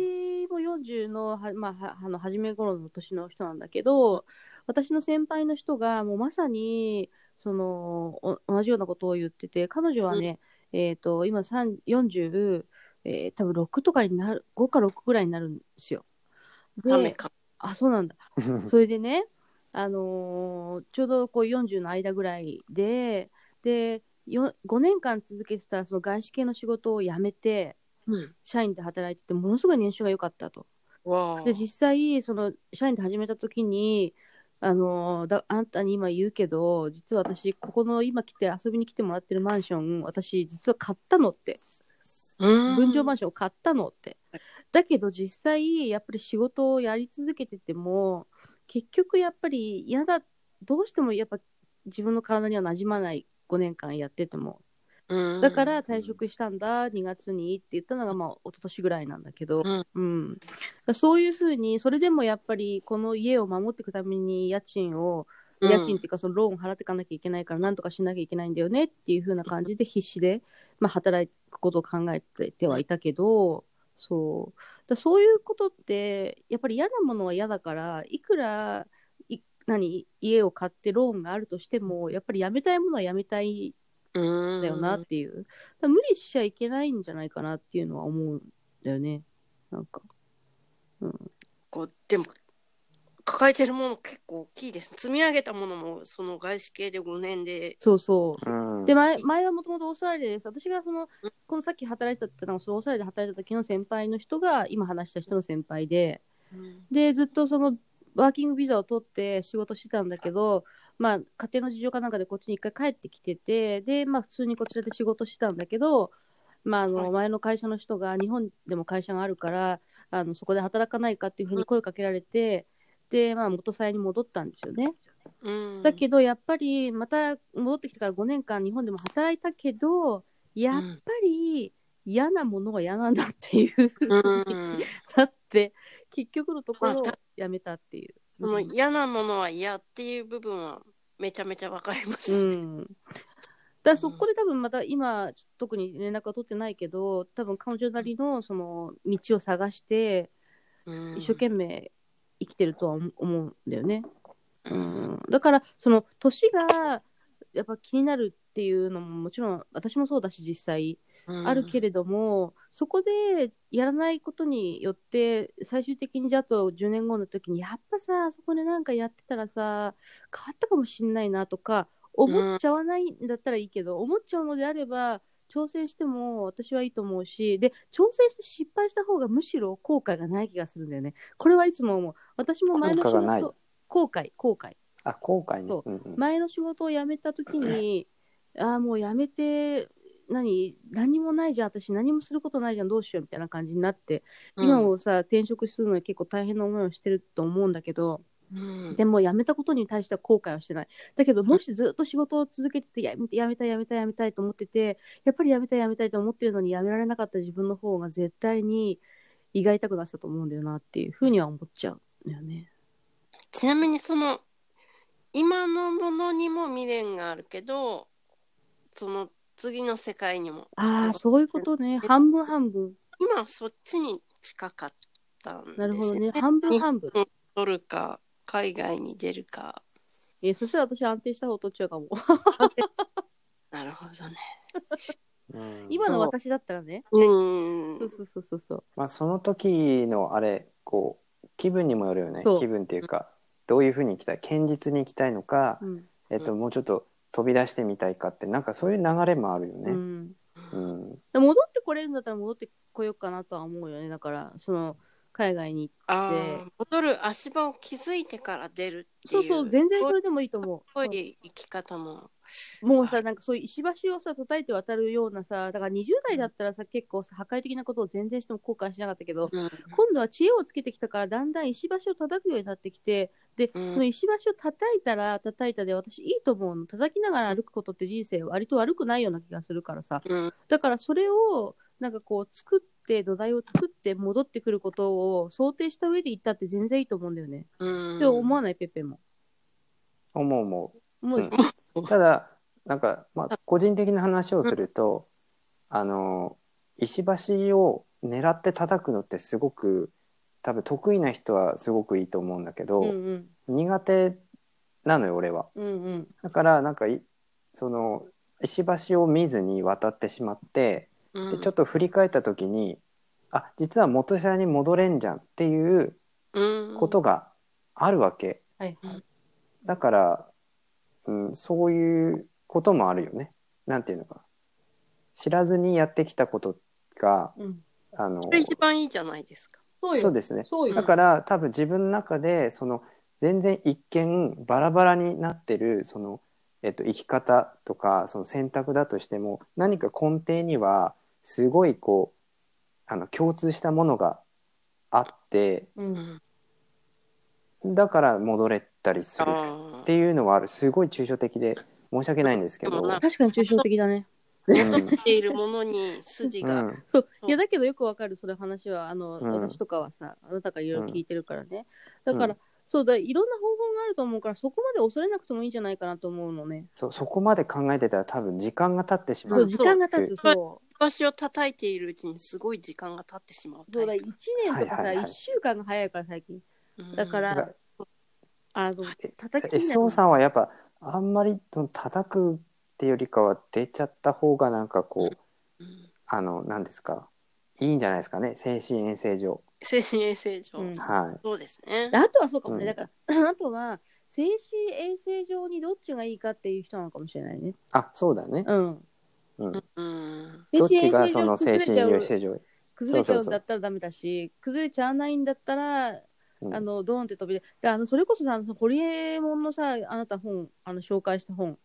Speaker 1: も40のは、まあ、はあの初め頃の年の人なんだけど私の先輩の人がもうまさにそのお同じようなことを言ってて彼女はね、えー、と今3 40、えー多分6とかになる5か6ぐらいになるんですよ。
Speaker 3: ダメ
Speaker 1: で
Speaker 3: か
Speaker 1: あそうなんだそれでね、あのーちょうどこう40の間ぐらいで、で、よ5年間続けてたその外資系の仕事を辞めて、
Speaker 3: うん
Speaker 1: 社員で働いてて、ものすごい年収が良かったと。
Speaker 3: わあ
Speaker 1: で、実際、その社員で始めた時に、あのーだあんたに今言うけど、実は私、ここの今来て遊びに来てもらってるマンション、私、実は買ったのって。
Speaker 3: うん
Speaker 1: 分譲マンションを買ったのって。だけど実際やっぱり仕事をやり続けてても結局やっぱり嫌だどうしてもやっぱ自分の体にはなじまない5年間やってても
Speaker 3: うん
Speaker 1: だから退職したんだ2月にって言ったのがまあ一昨年ぐらいなんだけど、
Speaker 3: うん
Speaker 1: うん、だからそういうふうにそれでもやっぱりこの家を守っていくために家賃を
Speaker 3: うん
Speaker 1: 家賃っていうかそのローン払っていかなきゃいけないからなんとかしなきゃいけないんだよねっていう風な感じで必死で、まあ、働くことを考えてはいたけどそうだそういうことってやっぱり嫌なものは嫌だからいくらい何家を買ってローンがあるとしてもやっぱりやめたいものはやめたい
Speaker 3: うん
Speaker 1: んだよなっていう、だから無理しちゃいけないんじゃないかなっていうのは思うんだよねなんか
Speaker 3: こうでも抱えてるもの結構大きいです積み上げたものもその外資系で5年で
Speaker 1: そうそう
Speaker 2: うん
Speaker 1: で前前はもともとオーストラリアです私がそのこのさっき働いてたってのがそのオーストラリアで働いた時の先輩の人が今話した人の先輩ででずっとそのワーキングビザを取って仕事してたんだけど、まあ、家庭の事情かなんかでこっちに一回帰ってきててで、まあ、普通にこちらで仕事してたんだけど、まあ、あ
Speaker 3: はい
Speaker 1: の前の会社の人が日本でも会社があるからあのそこで働かないかっていうふうに声かけられてで、まあ、元妻に戻ったんですよね。
Speaker 3: うん
Speaker 1: だけどやっぱりまた戻ってきてから5年間日本でも働いたけどやっぱり嫌なものは嫌なんだっていう、
Speaker 3: うん
Speaker 1: だって結局のところを
Speaker 3: まあた
Speaker 1: やめたっていう。
Speaker 3: その嫌なものは嫌っていう部分はめちゃめちゃわかりま
Speaker 1: う
Speaker 3: す、
Speaker 1: ん、だからそこで多分また今特に連絡は取ってないけど多分彼女なりのその道を探して
Speaker 3: うん
Speaker 1: 一生懸命生きてるとは思思うんだよね。
Speaker 3: う
Speaker 1: うんん、だからその年がやっぱ気になるっていうのももちろん私もそうだし実際あるけれども、そこでやらないことによって最終的にじゃあと10年後の時にやっぱさあそこでなんかやってたらさ変わったかもしんないなとか思っちゃわないんだったらいいけど、思っちゃうのであれば挑戦しても私はいいと思うしで挑戦して失敗した方がむしろ後悔がない気がするんだよねこれはいつも思う私も前の仕
Speaker 2: 後悔がない
Speaker 1: 事後悔後悔
Speaker 2: あ後悔ね
Speaker 1: そ
Speaker 2: うんうん
Speaker 1: 前の仕事を辞めた時にああもう辞めて何何もないじゃん私何もすることないじゃんどうしようみたいな感じになって今もさ転職するのに結構大変な思いをしてると思うんだけど
Speaker 3: うん
Speaker 1: でも辞めたことに対しては後悔はしてない。だけど、もしずっと仕事を続けてて、やめたい、やめたい、やめたい、やめたいと思ってて、やっぱりやめたい、やめたいと思ってるのに、やめられなかった自分の方が絶対に胃が痛くなってたと思うんだよなっていうふうには思っちゃうんだよね。
Speaker 3: ちなみにその今のものにも未練があるけどその次の世界にも
Speaker 1: ああ、そういうことね。半分半分。
Speaker 3: 今はそっちに近かったんです
Speaker 1: なるほどね。
Speaker 3: ね
Speaker 1: 半分半分。
Speaker 3: 取るか海外に出るか
Speaker 1: えーそしたら私安定した方取っちゃうかも。
Speaker 3: なるほどね
Speaker 2: うん
Speaker 1: 今の私だったらね。
Speaker 3: うん
Speaker 1: そうそうそうそうそう。
Speaker 2: まあ、その時のあれこう気分にもよるよね
Speaker 1: そう
Speaker 2: 気分っていうかどういうふうに行きたい堅実に行きたいのか、
Speaker 1: うん。
Speaker 2: えっと、もうちょっと飛び出してみたいかってなんかそういう流れもあるよ
Speaker 1: う
Speaker 2: ね。
Speaker 1: ん
Speaker 2: うん
Speaker 1: で戻ってこれるんだったら戻ってこようかなとは思うよね。だから、その、海外に
Speaker 3: あ
Speaker 1: で
Speaker 3: ー戻る足場を築いてから出るってい
Speaker 1: そううそう、全然そ
Speaker 3: れっ
Speaker 1: れでもいいと思
Speaker 3: ぽ
Speaker 1: う。
Speaker 3: い生き方も
Speaker 1: もうさ、なんかそういう石橋をさ、叩いて渡るようなさ、だから20代だったらさ、結構さ、破壊的なことを全然しても後悔しなかったけど、
Speaker 3: うん
Speaker 1: 今度は知恵をつけてきたから、だんだん石橋を叩くようになってきて、で、
Speaker 3: うん
Speaker 1: その石橋を叩いたら叩いたで、私いいと思うの。叩きながら歩くことって人生割と悪くないような気がするからさ。
Speaker 3: うん
Speaker 1: だからそれを、なんかこう、作って、土台を作って戻ってくることを想定した上で行ったって全然いいと思うんだよね。
Speaker 3: うん
Speaker 1: って思わない、ペッペも。
Speaker 2: 思う思
Speaker 1: もう、
Speaker 2: うんうただなんか、まあ、個人的な話をすると、あの石橋を狙って叩くのってすごく多分得意な人はすごくいいと思うんだけど、
Speaker 1: うんうん。
Speaker 2: 苦手なのよ俺は。
Speaker 1: うんうん。
Speaker 2: だからなんかいその石橋を見ずに渡ってしまって
Speaker 3: うん
Speaker 2: でちょっと振り返った時に、あ実は元社に戻れんじゃんっていう
Speaker 3: うん
Speaker 2: ことがあるわけ。
Speaker 1: はいはい。
Speaker 2: だから、うん、そういうこともあるよね。なんていうのか。知らずにやってきたことが、
Speaker 1: うん。
Speaker 2: あの
Speaker 3: そ、れ一番いいじゃないですか
Speaker 1: そうよ。
Speaker 2: そうですね。
Speaker 1: そうよ。
Speaker 2: だから多分自分の中で、その、全然一見バラバラになってる、その、えっと、生き方とか、その選択だとしても、何か根底には、すごいこう、あの、共通したものがあって、
Speaker 1: うん。
Speaker 2: だから戻れたりする
Speaker 3: あ
Speaker 2: っ
Speaker 3: ー
Speaker 2: ていうのはあるすごい抽象的で申し訳ないんですけど、
Speaker 3: でもなん
Speaker 1: 確かに抽象的だね。
Speaker 2: うん
Speaker 3: 求めているものに筋
Speaker 2: う
Speaker 3: が
Speaker 2: ん
Speaker 1: そう。
Speaker 3: そう
Speaker 1: いや、だけどよくわかる、それ話は、あの、
Speaker 2: うん
Speaker 1: 私とかはさ、あなたがいろいろ聞いてるからね。
Speaker 2: うん
Speaker 1: だから、
Speaker 2: う
Speaker 1: そうだ、いろんな方法があると思うから、そこまで恐れなくてもいいんじゃないかなと思うのね。
Speaker 2: そうそこまで考えてたら多分時間が経ってしま
Speaker 1: そうう、時間が経つ、
Speaker 3: そう
Speaker 1: そ
Speaker 3: 足を叩いているうちにすごい時間が経ってしまう
Speaker 1: う。そうだ、
Speaker 3: タイ
Speaker 1: 1年とか
Speaker 2: はいはい
Speaker 1: さ、
Speaker 2: はい
Speaker 1: 一週間が早いから、最近。
Speaker 3: プうん
Speaker 1: だから、
Speaker 2: うん
Speaker 1: あの、
Speaker 2: え
Speaker 1: 叩きすぎない
Speaker 2: SO さんはやっぱあんまりその叩くっていうよりかは出ちゃった方がなんかこう
Speaker 3: うん
Speaker 2: あの何ですかいいんじゃないですかね精神衛生上
Speaker 3: 精神衛生上、
Speaker 1: うん
Speaker 2: はい
Speaker 3: そうですね
Speaker 1: あとはそうかもね。
Speaker 2: うん
Speaker 1: だから、あ とは、精神衛生上にどっちがいいかっていう人なのかもしれないね。
Speaker 2: あそうだね、
Speaker 1: うん。
Speaker 2: うん
Speaker 3: うん
Speaker 2: どっちが
Speaker 1: 衛生
Speaker 2: そ
Speaker 1: 上
Speaker 2: の
Speaker 1: 崩
Speaker 2: 精
Speaker 1: れ
Speaker 2: 神
Speaker 1: ちゃう
Speaker 2: 衛生上
Speaker 1: 崩れちゃうん
Speaker 2: そうそうそう
Speaker 1: だったらダメだし、崩れちゃわないんだったら、
Speaker 2: うん
Speaker 1: あの、ドーンって飛び出で、あの、それこそさ、あの堀江門のさ、あなた本、あの、紹介した本、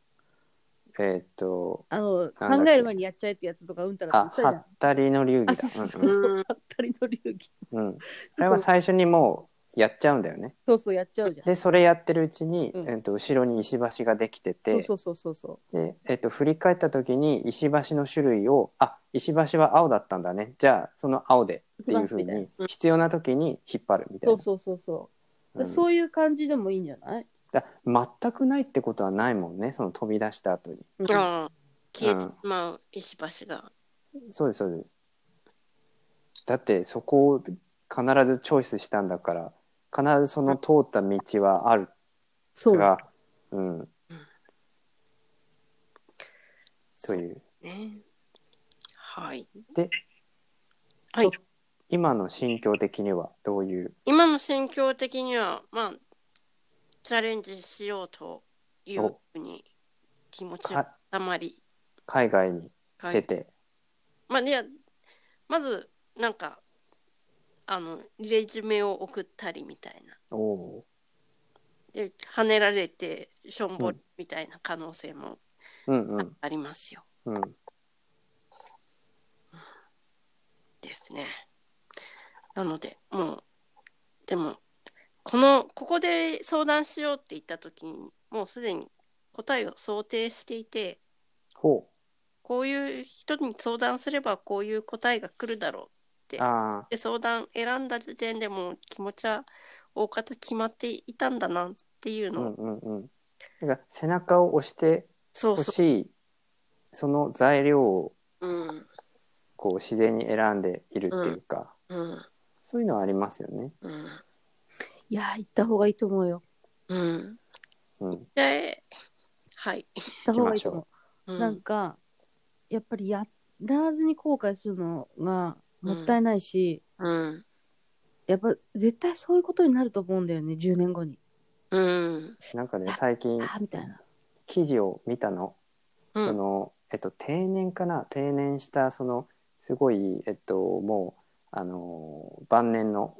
Speaker 2: えーっと
Speaker 1: あの、
Speaker 2: なんだっけ
Speaker 1: 考える前にやっちゃえってやつとか、うんたら
Speaker 2: あ
Speaker 1: って言ってたじゃん。
Speaker 2: ったりの流儀
Speaker 1: あ、
Speaker 2: だ
Speaker 1: そうそう
Speaker 2: うんうん
Speaker 1: そう、あったりの流儀。
Speaker 2: うんあれは最初にもうやっちゃうんだよね
Speaker 1: そうそう、やっちゃうじゃん。
Speaker 2: でそれやってるうちに、
Speaker 1: うん
Speaker 2: えっと後ろに石橋ができてて
Speaker 1: そうそうそうそうそ
Speaker 2: で、えっと、振り返った時に石橋の種類をあ石橋は青だったんだねじゃあその青でっていうふう
Speaker 1: 一番好
Speaker 2: に必要な時に引っ張るみ
Speaker 1: う。
Speaker 2: た
Speaker 1: そ
Speaker 2: いな
Speaker 1: うそうそうそう。
Speaker 2: うん
Speaker 1: そういう感じでもいいんじゃない、
Speaker 2: だ全くないってことはないもんねその飛び出した後に
Speaker 1: うん
Speaker 3: あー消えてしまう石橋が、
Speaker 2: そうですそうですだってそこを必ずチョイスしたんだから必ずその通った道はある
Speaker 1: そうだ。
Speaker 2: がうんという
Speaker 3: ねはい
Speaker 2: で
Speaker 3: はい
Speaker 2: 今の心境的にはどういう
Speaker 3: 今の心境的にはまあチャレンジしようというふうに気持ちが
Speaker 2: か
Speaker 3: たまり、
Speaker 2: 海外に
Speaker 3: はい
Speaker 2: 出て、
Speaker 3: まあいやまずなんかあのレジュメを送ったりみたいな
Speaker 2: おおー
Speaker 3: で跳ねられてしょんぼりみたいな可能性も
Speaker 2: うんうん
Speaker 3: ありますよ、
Speaker 2: うん
Speaker 3: ですねなのでもうでもこのここで相談しようって言った時にもうすでに答えを想定していて
Speaker 2: ほ
Speaker 3: こういう人に相談すればこういう答えが来るだろう
Speaker 2: う。あ
Speaker 3: で相談選んだ時点でもう気持ちは大方決まっていたんだなっていう
Speaker 2: あ、う
Speaker 3: の、
Speaker 2: んうんうん。なんか背中を押して
Speaker 3: そう
Speaker 2: ほ
Speaker 3: そ
Speaker 2: しい、その材料を
Speaker 3: ううん
Speaker 2: こう自然に選んでいるっていうか、
Speaker 3: うん
Speaker 2: そういうのはありますよね。
Speaker 3: うん
Speaker 1: いやー、行った方がいいと思うよ。
Speaker 3: うん
Speaker 2: うん。
Speaker 3: ではい、
Speaker 1: 行った方がいいと思う。
Speaker 3: うん
Speaker 1: なんか、やっぱりやらずに後悔するのがもったいないし、
Speaker 3: うん
Speaker 1: やっぱ絶対そういうことになると思うんだよね、10年後に。
Speaker 3: うん
Speaker 2: なんかね、最近
Speaker 1: ああ、みたいな。
Speaker 2: 記事を見たの。
Speaker 3: うん
Speaker 2: その、えっと、定年かな定年した、その、すごい、えっと、もう、あの、晩年の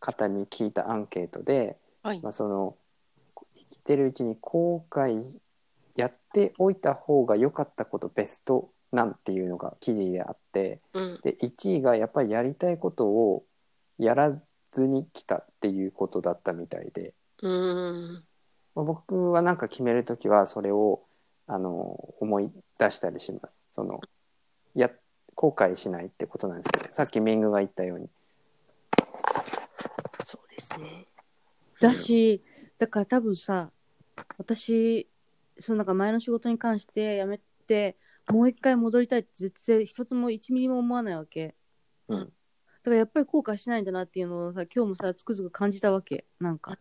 Speaker 2: 方に聞いたアンケートで、
Speaker 3: はい
Speaker 2: まあ、その生きてるうちに後悔やっておいた方が良かったことベストなんていうのが記事であって
Speaker 3: うん
Speaker 2: で1位がやっぱりやりたいことをやらずに来たっていうことだったみたいで、
Speaker 3: うん
Speaker 2: まあ、僕はなんか決める時はそれをあの思い出したりします。そのや後悔しないってことなんですよさっきミングが言ったように。
Speaker 3: そうですね
Speaker 1: だし、だから多分さ、私、そのなんか前の仕事に関して辞めて、もう一回戻りたいって絶対一つも1ミリも思わないわけ。
Speaker 2: うん
Speaker 1: だからやっぱり後悔しないんだなっていうのをさ、今日もさ、つくづく感じたわけ。なんか、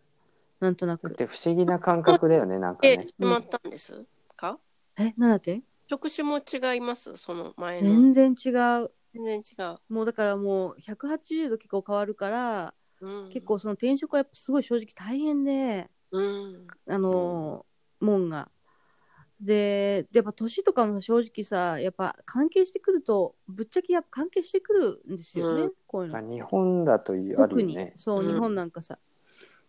Speaker 1: なんとなく。
Speaker 2: で不思議な感覚だよねなんか
Speaker 3: で
Speaker 2: ね
Speaker 3: 決。まったんですか
Speaker 1: え、なんだって
Speaker 3: 職種も違いますその前の
Speaker 1: 全然違う。
Speaker 3: 全然違う、
Speaker 1: もうだからもう180度結構変わるから、
Speaker 3: うん、
Speaker 1: 結構その転職はやっぱすごい正直大変で、
Speaker 3: うん
Speaker 1: あのー、門が。で、でやっぱ年とかも正直さ、やっぱ関係してくると、ぶっちゃけやっぱ関係してくるんですよね、
Speaker 3: うん
Speaker 1: こういうの
Speaker 2: あ。日本だというある
Speaker 1: 特
Speaker 2: よ
Speaker 1: に、
Speaker 2: ね。
Speaker 1: そう、
Speaker 3: うん
Speaker 1: 日本なんかさ。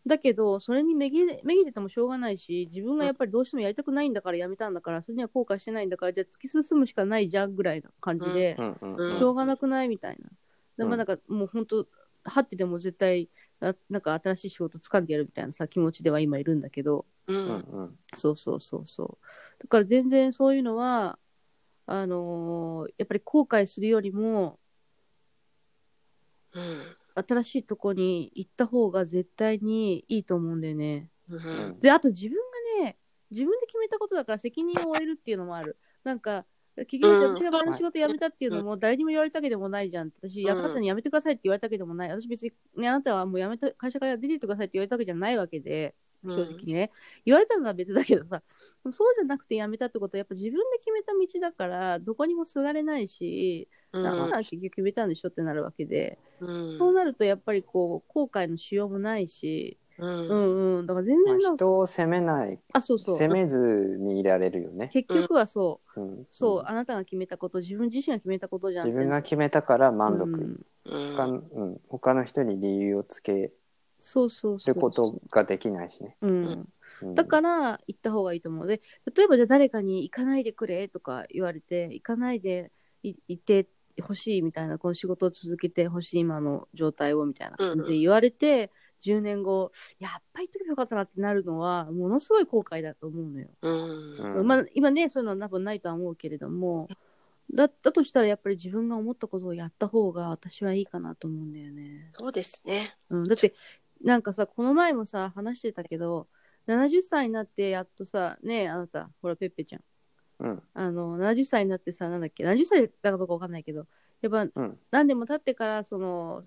Speaker 1: だけど、それにめげめげててもしょうがないし、自分がやっぱりどうしてもやりたくないんだからやめたんだから、それには後悔してないんだから、じゃあ突き進むしかないじゃんぐらいの感じで、
Speaker 2: うんうん
Speaker 3: う
Speaker 2: うん
Speaker 1: しょうがなくないみたいな。で
Speaker 2: うん
Speaker 1: まあなんかもう本当、はってでも絶対な、なんか新しい仕事掴んでやるみたいなさ、気持ちでは今いるんだけど、
Speaker 3: う
Speaker 2: うん
Speaker 3: ん
Speaker 2: うん
Speaker 1: そうそうそうそう。だから全然そういうのは、あのーやっぱり後悔するよりも、
Speaker 3: うん
Speaker 1: 新しいとこに行った方が絶対にいいと思うんだよね。
Speaker 3: う
Speaker 2: うん
Speaker 3: ん
Speaker 1: で、あと自分がね、自分で決めたことだから責任を負えるっていうのもある。なんか、結
Speaker 3: う
Speaker 1: 局
Speaker 3: ん
Speaker 1: 私が前の仕事辞めたっていうのも誰にも言われたわけでもないじゃん。私、
Speaker 3: うん
Speaker 1: 山田さんに辞めてくださいって言われたわけでもない。私別に、ね、あなたはもう辞めた、会社から出てってくださいって言われたわけじゃないわけで、
Speaker 3: うん
Speaker 1: 正直ね。言われたのは別だけどさ、でもそうじゃなくて辞めたってことはやっぱ自分で決めた道だから、どこにもすがれないし、
Speaker 3: う
Speaker 1: なん
Speaker 3: ん
Speaker 1: なら結局決めたんでしょってなるわけで、
Speaker 3: うん
Speaker 1: そうなるとやっぱりこう、後悔のしようもないし、
Speaker 3: うん
Speaker 1: うんうん。だから全
Speaker 2: ま
Speaker 1: 然な
Speaker 2: あ
Speaker 1: んか、
Speaker 2: 人を責めない
Speaker 1: あ、そうそう。
Speaker 2: 責めずにいられるよね。
Speaker 1: 結局はそう、
Speaker 2: うん
Speaker 1: そう、あなたが決めたこと、自分自身が決めたことじゃん
Speaker 2: 自分が決めたから満足、
Speaker 3: うん
Speaker 2: 他のうん、他の人に理由をつけ
Speaker 1: そうそうそう。
Speaker 2: ることができないしね。
Speaker 1: う。
Speaker 3: うん
Speaker 2: うん
Speaker 1: だから、行った方がいいと思うので、例えばじゃあ誰かに行かないでくれとか言われて、行かないでいいてほしいみたいな、この仕事を続けてほしい今の状態をみたいな感じで言われて、10年後、やっぱり行っとけばよかったなってなるのは、ものすごい後悔だと思うのよ。
Speaker 3: うん
Speaker 2: うん
Speaker 1: まあ、今ねそういうのは多分ないとは思うけれどもだだとしたらやっぱり自分が思ったことをやった方が私はいいかなと思うんだよね、
Speaker 3: そうですね。
Speaker 1: うん、だってなんかさこの前もさ話してたけど70歳になってやっとさねえあなたほらペッペちゃん
Speaker 2: うん
Speaker 1: あの70歳になってさなんだっけ70歳だかどうかわかんないけどやっぱ
Speaker 2: うん、
Speaker 1: 何でも経ってからその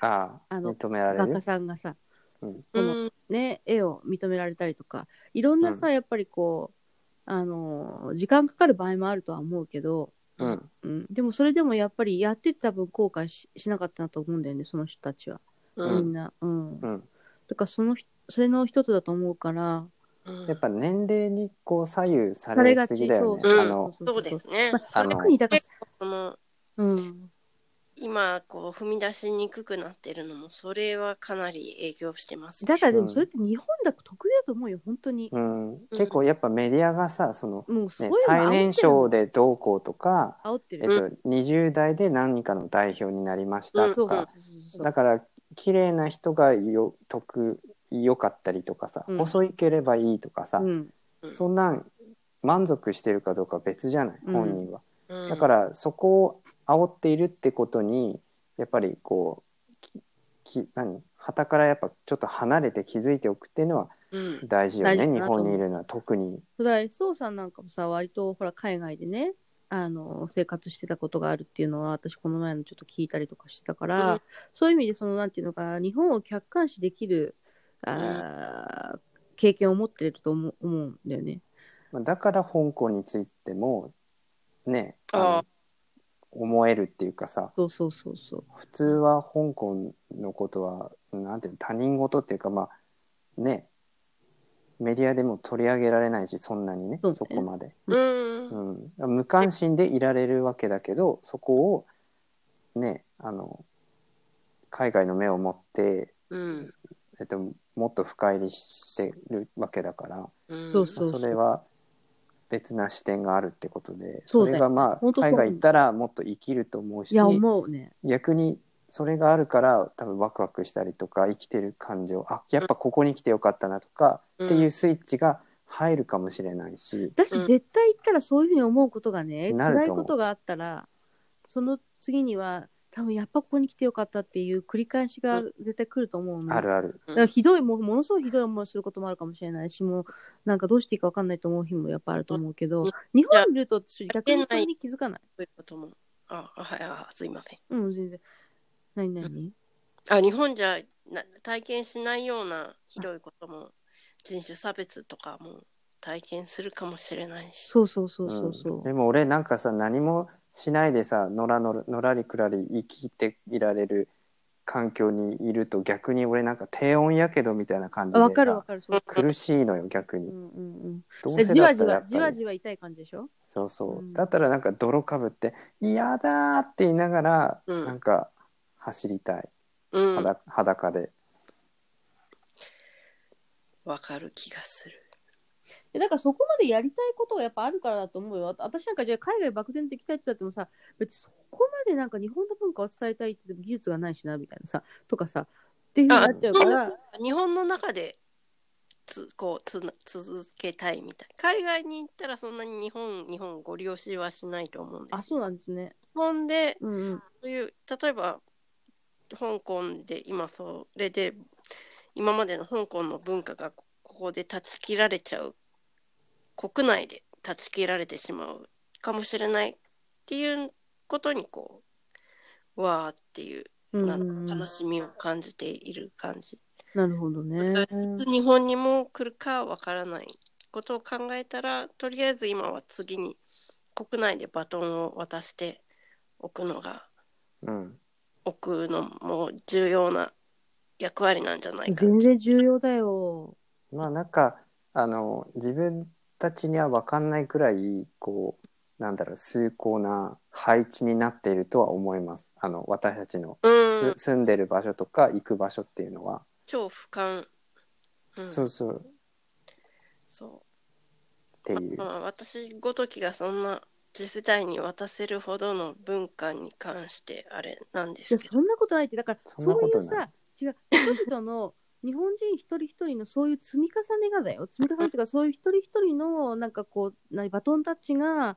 Speaker 2: ああ
Speaker 1: あの
Speaker 2: 認められ
Speaker 1: 画
Speaker 2: る
Speaker 1: 家。さんがさ
Speaker 2: うん
Speaker 1: この
Speaker 3: うん
Speaker 1: ね、絵を認められたりとか、いろんなさ、やっぱりこう、あのー、時間かかる場合もあるとは思うけど、
Speaker 2: うん
Speaker 1: うん、でもそれでもやっぱりやってた分後悔ししなかったなと思うんだよね、その人たちは。
Speaker 3: う
Speaker 1: み
Speaker 3: ん
Speaker 1: んな。うん。だ
Speaker 2: うん、
Speaker 1: からそのひ、それの一つだと思うから、
Speaker 2: やっぱ年齢にこう左右さ
Speaker 1: されが
Speaker 2: れ
Speaker 1: ち
Speaker 2: すぎだよね。
Speaker 1: そう
Speaker 3: そう
Speaker 2: あの
Speaker 3: そうですね
Speaker 1: ま。あ、
Speaker 2: あ
Speaker 1: そ
Speaker 2: の
Speaker 1: れ特にだからさ、
Speaker 3: この
Speaker 1: うん。
Speaker 3: 今こう踏み出しにくくなってるのもそれはかなり影響してます、ね。
Speaker 1: だからでもそれって日本だと得意だと思うよ、本当に。
Speaker 2: うん、結構やっぱメディアがさその、
Speaker 1: もうす
Speaker 2: ね
Speaker 1: ごい、の
Speaker 2: 最年少
Speaker 1: で。
Speaker 2: でどうこうとか、
Speaker 1: 煽って
Speaker 2: えっ
Speaker 1: る。
Speaker 2: と、20代で何かの代表になりまし
Speaker 3: う
Speaker 2: た
Speaker 3: ん
Speaker 1: そ
Speaker 2: と
Speaker 1: うそう
Speaker 2: か、
Speaker 1: そうそうそう。
Speaker 2: だから綺麗な人がよ得良かったりとかさ、
Speaker 1: うん
Speaker 2: 細いければいいとかさ、
Speaker 1: うん
Speaker 2: そんなん満足してるかどうかは別じゃない
Speaker 1: うん
Speaker 2: 本人は、
Speaker 3: うん
Speaker 2: だからそこを煽っているってことにやっぱりこうきき何旗からやっぱちょっと離れて気づいておくっていうのは
Speaker 3: うん
Speaker 2: 大事よ
Speaker 1: 大事
Speaker 2: ね
Speaker 1: だな
Speaker 2: 日
Speaker 1: と思う
Speaker 2: 本にいるのは特に。
Speaker 1: そうだいそうさんなんかもさ割とほら海外でねあの生活してたことがあるっていうのは私この前のちょっと聞いたりとかしてたから、
Speaker 3: うん
Speaker 1: そういう意味でそのなんていうのかな日本を客観視できるあー、経験を持ってると思う思うんだよね。
Speaker 2: まあだから香港についてもね
Speaker 3: あ
Speaker 2: あの思えるっていうかさ
Speaker 1: そうそうそうそう。
Speaker 2: 普通は香港のことはなんていうの他人事っていうかまあねメディアでも取り上げられないしそんなにね
Speaker 1: そう
Speaker 2: そ
Speaker 1: ね
Speaker 2: こまで、
Speaker 3: うん
Speaker 2: うん、無関心でいられるわけだけどそこをねあの海外の目を持って、
Speaker 3: うん
Speaker 2: えっと、もっと深入りしてるわけだから。
Speaker 3: うん
Speaker 1: そうそう
Speaker 2: まあそれは別な視点があるってことで
Speaker 1: そうだ
Speaker 2: そ
Speaker 1: よ
Speaker 2: れがまあ
Speaker 1: 本当そう
Speaker 2: 海外行ったらもっと生きると思うし
Speaker 1: いや思うね。
Speaker 2: 逆にそれがあるから多分ワクワクしたりとか生きてる感情あやっぱここに来てよかったなとかっていうスイッチが入るかもしれないし、
Speaker 1: だし
Speaker 3: うん
Speaker 1: 絶対行ったらそういうふうに思うことがね、
Speaker 2: なると
Speaker 1: 辛い
Speaker 2: 思う
Speaker 1: ことがあったらその次には多分やっぱここに来てよかったっていう繰り返しが絶対来ると思うの。
Speaker 2: あるある
Speaker 1: だからひどいもうものすごいひどい思いすることもあるかもしれないしもうなんかどうしていいか分かんないと思う日もやっぱあると思うけど
Speaker 3: うん
Speaker 1: 日本にいると私逆
Speaker 3: い
Speaker 1: に
Speaker 3: や
Speaker 1: それに気づかない
Speaker 3: そういうこともああはいあすいません
Speaker 1: うん全然何何
Speaker 3: あ日本じゃな体験しないようなひどいことも人種差別とかも体験するかもしれないし
Speaker 1: そうそうそうそうそううん
Speaker 2: でも俺なんかさ何もしないでさのらのらのらりくらり生きていられる環境にいると逆に俺なんか低温やけどみたいな感じ
Speaker 1: あ
Speaker 2: で
Speaker 1: 分かる分かるそう
Speaker 2: 苦しいのよ逆
Speaker 1: う
Speaker 2: に。
Speaker 1: んうんうん
Speaker 2: どう
Speaker 1: で
Speaker 2: せ
Speaker 1: じ
Speaker 2: だ
Speaker 1: わ
Speaker 2: っ
Speaker 1: じ
Speaker 2: たらや
Speaker 1: わ
Speaker 2: っ
Speaker 1: じ
Speaker 2: ぱ
Speaker 1: わ
Speaker 2: り
Speaker 1: じわ痛い感じでしょ
Speaker 2: そうそう、
Speaker 1: うん
Speaker 2: だったらなんか泥かぶって「嫌だ!」って言いながら、
Speaker 3: うん
Speaker 2: なんか走りたい
Speaker 3: うん
Speaker 2: 裸,、裸で
Speaker 3: わかる気がする
Speaker 1: でだからそこまでやりたいことがやっぱあるからだと思うよあ私なんかじゃあ海外漠然と行きたいって言ったってもさ別にそこまでなんか日本の文化を伝えたいって言っても技術がないしなみたいなさとかさっていうふうになっちゃうから
Speaker 3: 日本の中でつこうつな続けたいみたい海外に行ったらそんなに日本日本をご利用しはしないと思うんで
Speaker 1: あ
Speaker 3: す
Speaker 1: そうなんですね
Speaker 3: 日本で
Speaker 1: うんうん
Speaker 3: そういう例えば香港で今それで今までの香港の文化がこここで断ち切られちゃう国内で断ち切られてしまうかもしれないっていうことにこうわーっていう
Speaker 1: うんう
Speaker 3: なんん
Speaker 1: う
Speaker 3: か
Speaker 1: ん
Speaker 3: 悲しみを感じている感じ
Speaker 1: なるほどね。
Speaker 3: 日本にも来るかわからないことを考えたらとりあえず今は次に国内でバトンを渡しておくのが
Speaker 2: うん
Speaker 3: 置くのも重要な役割なんじゃないか
Speaker 1: 全然重要だよ。
Speaker 2: まあなんかあの自分たちには分かんないくらいこうなんだろう崇高な配置になっているとは思いますあの私たちの、
Speaker 3: うん
Speaker 2: す住んでる場所とか行く場所っていうのは、
Speaker 3: 超俯瞰、うん、
Speaker 2: そうそう
Speaker 3: そ
Speaker 2: っていうう、
Speaker 3: まあ私ごときがそんな次世代に渡せるほどの文化に関してあれなんで
Speaker 1: い
Speaker 3: す
Speaker 1: や
Speaker 3: けど
Speaker 1: そんなことないってだから
Speaker 2: そんな
Speaker 1: そう
Speaker 2: こ
Speaker 1: い
Speaker 2: と
Speaker 1: う
Speaker 2: ない
Speaker 1: さ違う人々の日本人一人一人のそういう積み重ねがだよ積み重ねっていうかそういう一人一人のなんかこうなバトンタッチが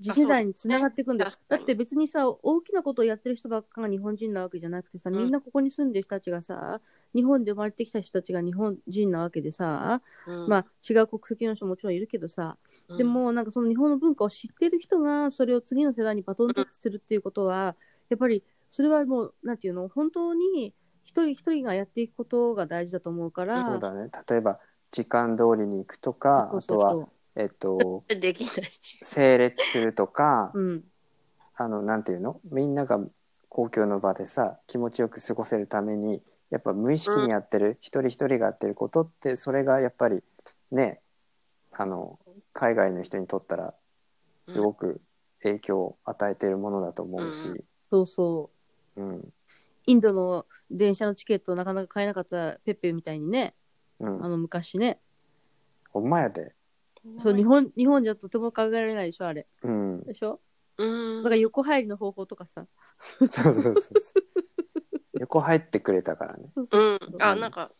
Speaker 1: 次世代につながっていくんだよ、
Speaker 3: そう
Speaker 1: だ
Speaker 3: ですね確かに
Speaker 1: って別にさ大きなことをやってる人ばっかが日本人なわけじゃなくてさ
Speaker 3: ん
Speaker 1: みんなここに住んでる人たちがさ日本で生まれてきた人たちが日本人なわけでさ、
Speaker 3: うん
Speaker 1: まあ違う国籍の人ももちろんいるけどさ、
Speaker 3: うん
Speaker 1: でもなんかその日本の文化を知ってる人がそれを次の世代にバトンタッチするっていうことはやっぱりそれはもうなんていうの本当に一人一人がやっていくことが大事だと思うから
Speaker 2: そうだね例えば時間通りに行くとか
Speaker 1: そうそう
Speaker 2: あと
Speaker 1: そう
Speaker 2: はえっと
Speaker 3: できない
Speaker 2: 整列するとか、
Speaker 1: うん
Speaker 2: あのなんていうのみんなが公共の場でさ気持ちよく過ごせるためにやっぱ無意識にやってる、一人一人がやってることってそれがやっぱりねあの海外の人にとったらすごく影響を与えてるものだと思うし、
Speaker 1: そうそう
Speaker 2: うん
Speaker 1: インドの電車のチケットをなかなか買えなかったペッペみたいにね
Speaker 2: うん
Speaker 1: あの昔ね
Speaker 2: ほんまやで、
Speaker 1: そう日本日本じゃとても考えられないでしょあれ
Speaker 2: うん、
Speaker 1: でしょ
Speaker 3: うん
Speaker 1: だから横入りの方法とかさ
Speaker 2: そうそうそうそう横入ってくれたからね
Speaker 1: そうそう
Speaker 3: うん、あなんか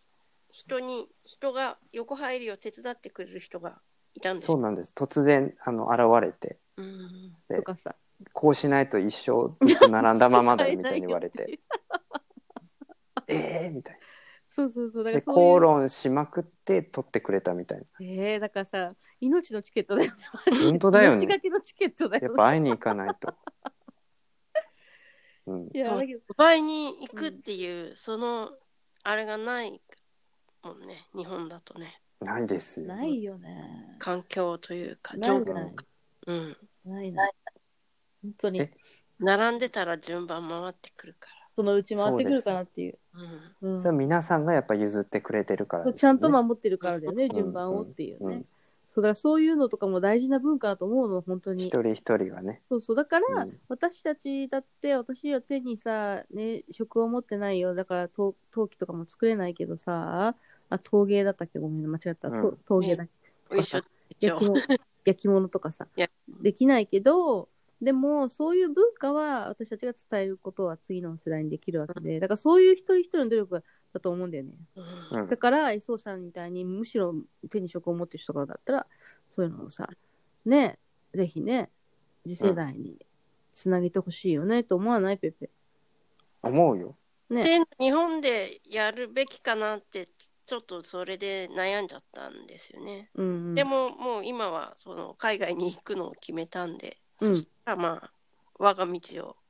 Speaker 3: 人に人が横入りを手伝ってくれる人がいたんです
Speaker 2: そうなんです突然あの現れて
Speaker 3: うん
Speaker 1: とかさ
Speaker 2: こうしないと一生ずっと並んだままだよみたいに言 われ
Speaker 1: 買えな
Speaker 2: て
Speaker 1: い
Speaker 2: ええー、みたい
Speaker 1: そうそうそうだから
Speaker 2: なで口
Speaker 1: そういう
Speaker 2: 論しまくって取ってくれた みたいな
Speaker 1: えー、だからさ命のチケット だよねマジで
Speaker 2: 本当だよね
Speaker 1: 命がけのチケットだよね
Speaker 2: やっぱ会いに行かない と、うん、
Speaker 1: いやだけど
Speaker 3: 奪いに行くっていう、そのあれがないもんね日本だとね
Speaker 2: ないですよ
Speaker 1: ないよね
Speaker 3: 環境というか
Speaker 1: ない
Speaker 3: 状
Speaker 1: ない
Speaker 3: 況うん
Speaker 1: ないない本当に
Speaker 2: え
Speaker 3: 並んでたら順番回ってくるか
Speaker 1: そのうち回ってくるかなっていう
Speaker 3: ら、うん、
Speaker 1: うん
Speaker 2: それは皆さんがやっぱ譲ってくれてるから
Speaker 1: そう
Speaker 2: です
Speaker 1: ちゃんと
Speaker 2: ね
Speaker 1: 守ってるからだよね、
Speaker 2: ん
Speaker 1: 順番をっていうね、
Speaker 2: うん
Speaker 1: そうだからそういうのとかも大事な文化だと思うの本当
Speaker 2: 一
Speaker 1: に
Speaker 2: 人一人がね、
Speaker 1: そうそうだから、
Speaker 2: うん
Speaker 1: 私たちだって私は手にさ、ね、職を持ってないよだから陶陶器とかも作れないけどさあ陶芸だったっけごめん間違った、
Speaker 2: うん
Speaker 1: 陶陶芸だっけ
Speaker 3: お一緒一
Speaker 1: 焼き
Speaker 3: 応
Speaker 1: 物焼き物とかさ
Speaker 3: いや
Speaker 1: できないけどでもそういう文化は私たちが伝えることは次の世代にできるわけでだからそういう一人一人の努力だと思うんだよね。
Speaker 3: うん
Speaker 2: うん
Speaker 1: だから、磯尾さんみたいに、むしろ手に職を持ってる人とかだったら、そういうのをさ、ね、ぜひね、次世代につなげてほしいよね、と思わないペペ。
Speaker 2: 思うよ
Speaker 1: ね。
Speaker 3: で日本でやるべきかなってちょっとそれで悩んじゃったんですよね。
Speaker 1: うんうん、
Speaker 3: でももう今はその海外に行くのを決めたんで、
Speaker 1: うん
Speaker 3: そしたらまあ我が道を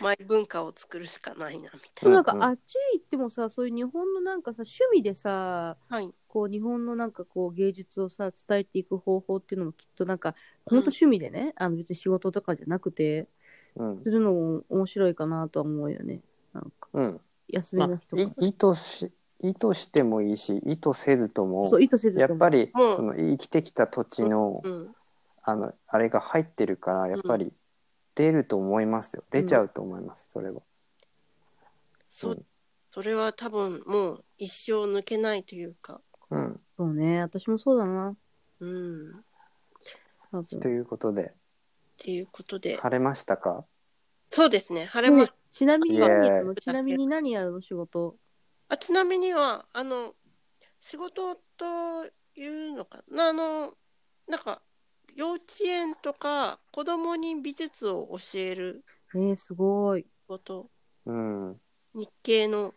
Speaker 3: マイ文化を作るしかないなみた
Speaker 1: で
Speaker 3: い
Speaker 1: もな
Speaker 3: な。
Speaker 1: んか
Speaker 2: う、んうん
Speaker 1: あっち行ってもさ、そういう日本のなんかさ、趣味でさ、
Speaker 3: はい、
Speaker 1: こう、日本のなんかこう、芸術をさ、伝えていく方法っていうのもきっとなんか、ほんと趣味でね、あの別に仕事とかじゃなくて、
Speaker 2: うん
Speaker 1: するのも面白いかなとは思うよね。なんか、
Speaker 2: うん、
Speaker 1: 休み
Speaker 2: ま
Speaker 1: の日と
Speaker 2: あ、
Speaker 1: か。
Speaker 2: い意図し意図してもいいし意図せずとも
Speaker 1: そう、意図せず
Speaker 2: やっぱ
Speaker 1: り、
Speaker 2: り、
Speaker 3: うん
Speaker 2: その生きてきた土地の、
Speaker 3: うん
Speaker 2: あのあれが入ってるからやっぱり出ると思いますよ出ちゃうと思います、それは
Speaker 3: そ
Speaker 2: うん
Speaker 3: それは多分もう一生抜けないというか、
Speaker 2: うん、
Speaker 1: そうね、私もそうだな。
Speaker 3: うん、っ
Speaker 1: 多分
Speaker 2: ということで
Speaker 3: ていうことで、
Speaker 2: 晴れましたか
Speaker 3: そうですね晴れま、
Speaker 1: ねちなみに
Speaker 2: イエーイ
Speaker 1: 何やるのちなみに何やるの仕事。
Speaker 3: あちなみにはあの仕事というのかなあのなんか幼稚園とか子供に美術を教える
Speaker 1: えー、すごい。
Speaker 3: こと
Speaker 2: うん
Speaker 3: 日系の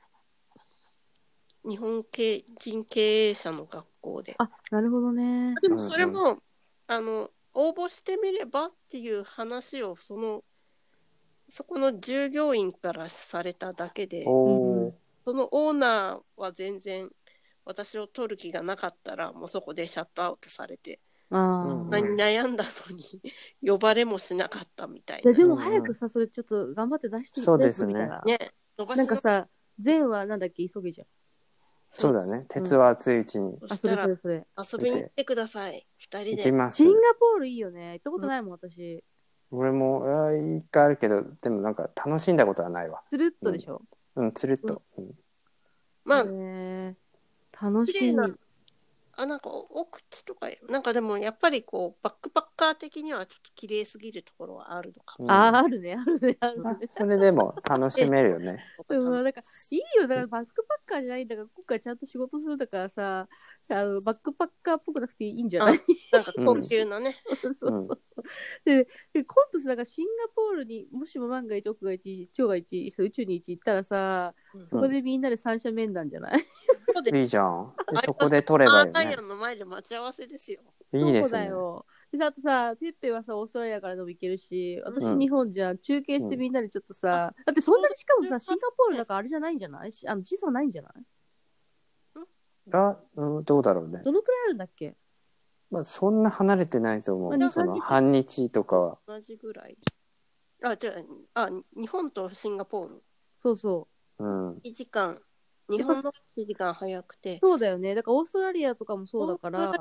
Speaker 3: 日本系人経営者の学校で
Speaker 1: あ、なるほどね。
Speaker 3: でもそれも、あの応募してみればっていう話をそのそこの従業員からされただけで
Speaker 2: おお
Speaker 3: そのオーナーは全然私を取る気がなかったらもうそこでシャットアウトされて、
Speaker 1: ああ、
Speaker 2: うん
Speaker 3: 何悩んだのに 呼ばれもしなかったみたい
Speaker 1: いや
Speaker 3: な
Speaker 1: でも早くさ、それちょっと頑張って出してみ
Speaker 2: そうです
Speaker 1: 全
Speaker 2: ね
Speaker 1: 部見たら
Speaker 3: ね伸ばし
Speaker 1: なん
Speaker 3: の
Speaker 1: かさ、善はなんだっけ、急げじゃん。
Speaker 2: そうだね鉄は熱いうちに
Speaker 3: そ
Speaker 1: あ、
Speaker 3: し
Speaker 1: そ
Speaker 3: た
Speaker 1: れそ
Speaker 3: ら
Speaker 1: れそれ。
Speaker 3: 遊びに行ってください二人
Speaker 2: 行
Speaker 3: で
Speaker 2: きます
Speaker 1: シンガポールいいよね。行ったことないもん、私。
Speaker 2: 俺もあー一回あるけどでもなんか楽しんだことはないわ
Speaker 1: つるっとでしょ。
Speaker 2: うんつるっと、うん
Speaker 3: まあ
Speaker 1: ねー楽し
Speaker 3: 綺麗
Speaker 1: い。
Speaker 3: なあなんかお奥地とかなんかでもやっぱりこうバックパッカー的にはちょっと綺麗すぎるところはあるのかも
Speaker 2: うん
Speaker 1: あー、あるね、あるね、ある
Speaker 2: まあ
Speaker 1: ね。
Speaker 2: それでも楽しめるよね
Speaker 1: うん、まあなんかいいよ、だからバックパッカーじゃないんだから、今回ちゃんと仕事するんだからさ、あのバックパッカーっぽくなくていいんじゃない
Speaker 3: なんか高級なね、
Speaker 1: そうそうそう。でで今度さだからシンガポールにもしも万が一奥が一超が一宇宙に一行ったらさ
Speaker 3: うん
Speaker 1: そこでみんなで三者面談じゃない、
Speaker 3: そうで
Speaker 2: いいじゃんで
Speaker 3: あ
Speaker 2: そこで取れば
Speaker 3: ア
Speaker 2: いい
Speaker 3: ー
Speaker 2: よ
Speaker 3: ライ
Speaker 2: ね
Speaker 3: アンの前で待ち合わせですよ
Speaker 2: いいで
Speaker 1: そう
Speaker 2: す
Speaker 1: だ
Speaker 2: ね
Speaker 1: よでさあとさペッペはさオーストラリアからでも行けるし私
Speaker 2: うん
Speaker 1: 日本じゃん、中継してみんなでちょっとさ、だってそんなにしかもさシンガポールだからあれじゃないんじゃないしあの時差ないんじゃない
Speaker 2: あ、うん、どうだろうね
Speaker 1: どのくらいあるんだっけ
Speaker 2: まあ、そんな離れてないと思
Speaker 1: まあでも
Speaker 2: う。その
Speaker 1: 半日
Speaker 2: 半日とかは。
Speaker 3: 同じぐらいあじゃああ日本とシンガポール
Speaker 1: そうそう
Speaker 2: うん。
Speaker 3: 1時間日本の1時間早くて
Speaker 1: そうだよねだからオーストラリアとかもそうだから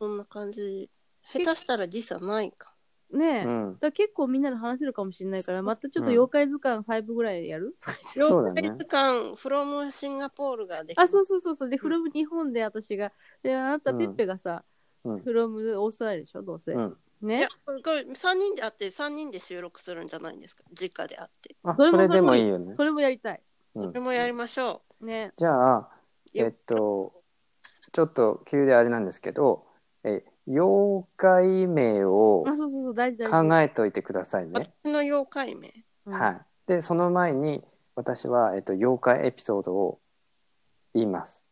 Speaker 3: そんな感じ下手したら時差ないか
Speaker 1: ねえ、だ
Speaker 2: う
Speaker 1: か
Speaker 2: ん。
Speaker 1: ら結構みんなで話せるかもしれないからまたちょっと
Speaker 2: うん
Speaker 1: 妖怪図鑑5ぐらいやる、
Speaker 2: そうだね
Speaker 3: 時間フロムシンガポールができ
Speaker 1: あ、
Speaker 3: る
Speaker 1: そうそうそうそう。で、フロム日本で私が、で、あなた
Speaker 2: うん
Speaker 1: ペッペがさ、
Speaker 2: うん
Speaker 1: フロムオーストラリアでしょ、どうせ。
Speaker 2: うん。
Speaker 3: い
Speaker 1: ね
Speaker 3: や。これこれ3人で会って3人で収録するんじゃないんですか直で会って
Speaker 2: あ、
Speaker 1: それも
Speaker 2: それでもいいよね。
Speaker 1: それもやりたい。
Speaker 2: う
Speaker 3: それ
Speaker 2: ん、
Speaker 3: もやりましょ
Speaker 1: ね。
Speaker 2: じゃあ、えっとちょっと急であれなんですけどえ妖怪名を
Speaker 1: あ、そうそうそう、大事大事。
Speaker 2: 考えておいてくださいね
Speaker 3: 私。の妖怪名。
Speaker 1: うん
Speaker 2: はい、でその前に私は、えっと、妖怪エピソードを言い ます。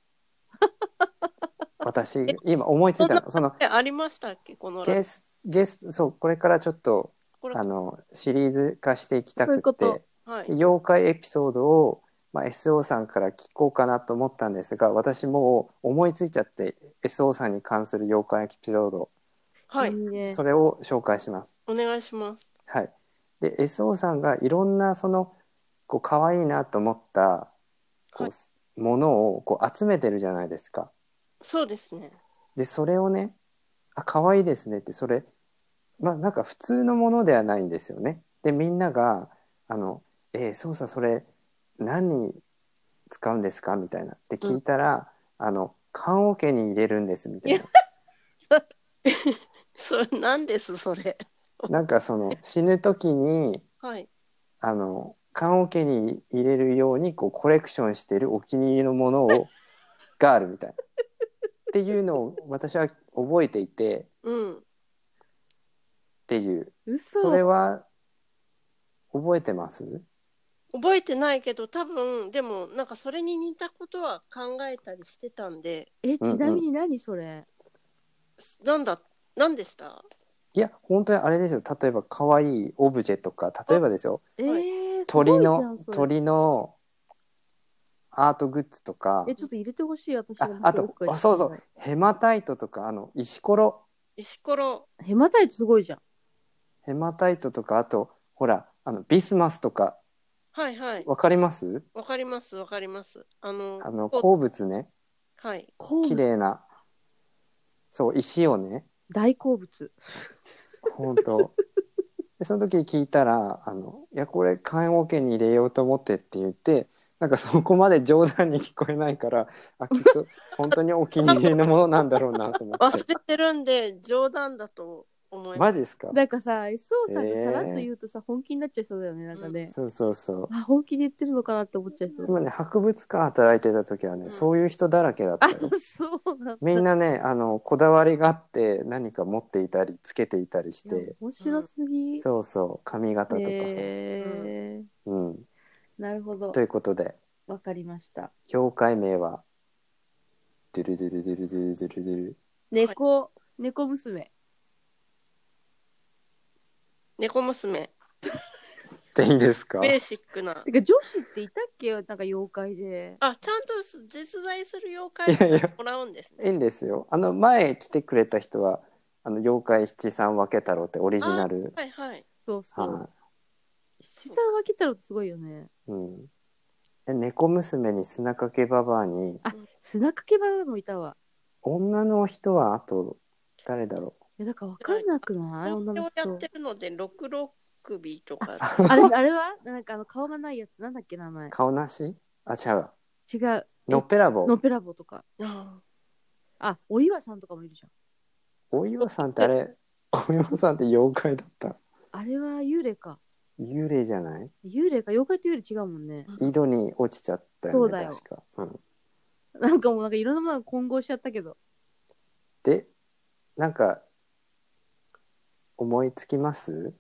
Speaker 2: 私今思いついたのその
Speaker 3: え、ありましたっけこのラ
Speaker 2: ゲスゲスそうこれからちょっと
Speaker 3: これ
Speaker 2: あのシリーズ化していきた
Speaker 1: そうい
Speaker 2: く
Speaker 1: うこ
Speaker 2: て
Speaker 1: と
Speaker 3: はい。
Speaker 2: 妖怪エピソードを、まあ、SO さんから聞こうかなと思ったんですが私もう思いついちゃって SO さんに関する妖怪エピソード
Speaker 3: はい
Speaker 1: い
Speaker 3: い。
Speaker 1: ね。
Speaker 2: それを紹介します。
Speaker 3: お願いします。
Speaker 2: はい、で SO さんがいろんなそのこう可愛いなと思ったこう、
Speaker 3: は
Speaker 2: ものをこう集めてるじゃないですか。
Speaker 3: そうですね。
Speaker 2: でそれをね「あ可愛いですね」ってそれまあなんか普通のものではないんですよね。でみんなが「あのえー、そうさんそれ何に使うんですか?」みたいなって聞いたら「あの棺桶に入れるんです」みたいな。
Speaker 3: それ、なんです、それ。
Speaker 2: なんかその死ぬ時に
Speaker 3: はい。
Speaker 2: あの棺桶に入れるようにこうコレクションしてるお気に入りのもの をがあるみたいな。っていうのを私は覚えていて
Speaker 3: うん。
Speaker 2: っていう
Speaker 1: 嘘。
Speaker 2: それは覚えてます
Speaker 3: 覚えてないけど、多分、でも、なんかそれに似たことは考えたりしてたんで、
Speaker 1: え、ちなみに何それ
Speaker 3: なんだ、なんでした
Speaker 2: いや本当にあれですよ例えば可愛いオブジェとか例えばですよ
Speaker 1: えー、すごいじ
Speaker 2: 鳥
Speaker 1: ゃ
Speaker 2: の
Speaker 1: んそれ
Speaker 2: 鳥のアートグッズとか
Speaker 1: え、ちょっと入れてほしい、私
Speaker 2: あ
Speaker 1: が
Speaker 2: あとあそうそ。
Speaker 1: なん
Speaker 2: う
Speaker 1: か
Speaker 2: ヘマタイトとかあの石ころ
Speaker 3: 石ころ。
Speaker 1: ヘマタイトすごいじゃん。
Speaker 2: ヘマタイトとかあとほらあのビスマスとか
Speaker 3: はいはい。
Speaker 2: わかります
Speaker 3: わかります、わかります。あの、
Speaker 2: あの
Speaker 3: こう
Speaker 2: 鉱物ね
Speaker 3: はい。
Speaker 1: 好物
Speaker 2: 綺麗なそう石をね
Speaker 1: 大好物。
Speaker 2: 本当でその時聞いたら「あのいやこれ棺桶に入れようと思って」って言ってなんかそこまで冗談に聞こえないからあきっと本当にお気に入りのものなんだろうなと思っ
Speaker 3: 忘
Speaker 2: て
Speaker 3: れてるんで、冗談だと思いま
Speaker 2: マ
Speaker 3: す。
Speaker 2: ジですか
Speaker 1: なんかさ、SO さんがさらっと言うとさ、本気になっちゃいそうだよね、なんかね。
Speaker 2: そうそうそう
Speaker 1: あ、本気で言ってるのかなって思っちゃいそう。
Speaker 2: 今ね博物館働いてた時はね、
Speaker 3: うん
Speaker 2: そういう人だらけだっ
Speaker 1: あ
Speaker 2: たよ、
Speaker 1: そうなんだ。
Speaker 2: みんなねあのこだわりがあって何か持っていたりつけていたりし
Speaker 1: いや
Speaker 2: て
Speaker 1: 面白すぎ。
Speaker 2: そうそう髪型とかさ、
Speaker 1: え
Speaker 2: うん
Speaker 1: ー、なるほど
Speaker 2: と。いうことで
Speaker 1: わかりました。
Speaker 2: 妖怪名はドゥルドゥルドゥルドゥルドゥルドゥル
Speaker 1: 猫、猫娘。
Speaker 3: 猫娘。
Speaker 2: っていいですか
Speaker 3: ベーシックな。
Speaker 1: てか女子っていたっけなんか妖怪で。
Speaker 3: あ、ちゃんと実在する妖
Speaker 2: いや
Speaker 3: 怪
Speaker 2: いや
Speaker 3: もらうんですね。
Speaker 2: いいんですよあの前来てくれた人はあの妖怪七三分け太郎ってオリジナル
Speaker 3: はいはい。
Speaker 1: そうそう。
Speaker 2: は
Speaker 1: 七三分けたらすごいよね。
Speaker 2: い、うんで、猫娘に砂かけばばあに
Speaker 1: 砂かけばばもいたわ。
Speaker 2: 女の人はあと誰だろ
Speaker 1: え、だからわかんなくない女
Speaker 3: 東京
Speaker 1: の
Speaker 3: やっ
Speaker 1: 人
Speaker 3: て。るので、六六首とか。
Speaker 1: あ
Speaker 2: う
Speaker 1: れ、あれはなんかあの顔がないやつ。なんだっけ名前。
Speaker 2: 顔なしあ違う
Speaker 1: 違う。
Speaker 2: のっぺらぼ
Speaker 1: の
Speaker 2: う
Speaker 1: ペラボとか。
Speaker 3: あ
Speaker 1: あ、お岩さんとかもいるじゃん。
Speaker 2: お岩さんってあれお岩さんって妖怪だった
Speaker 1: あれは幽霊か。
Speaker 2: 幽霊じゃない
Speaker 1: 幽霊か。妖怪と幽霊違うもんね。
Speaker 2: 井戸に落ちちゃったよね
Speaker 1: そうだよ
Speaker 2: 確か、うん、
Speaker 1: なんかもうなんかいろんなものが混合しちゃったけど。
Speaker 2: でなんか思いつきます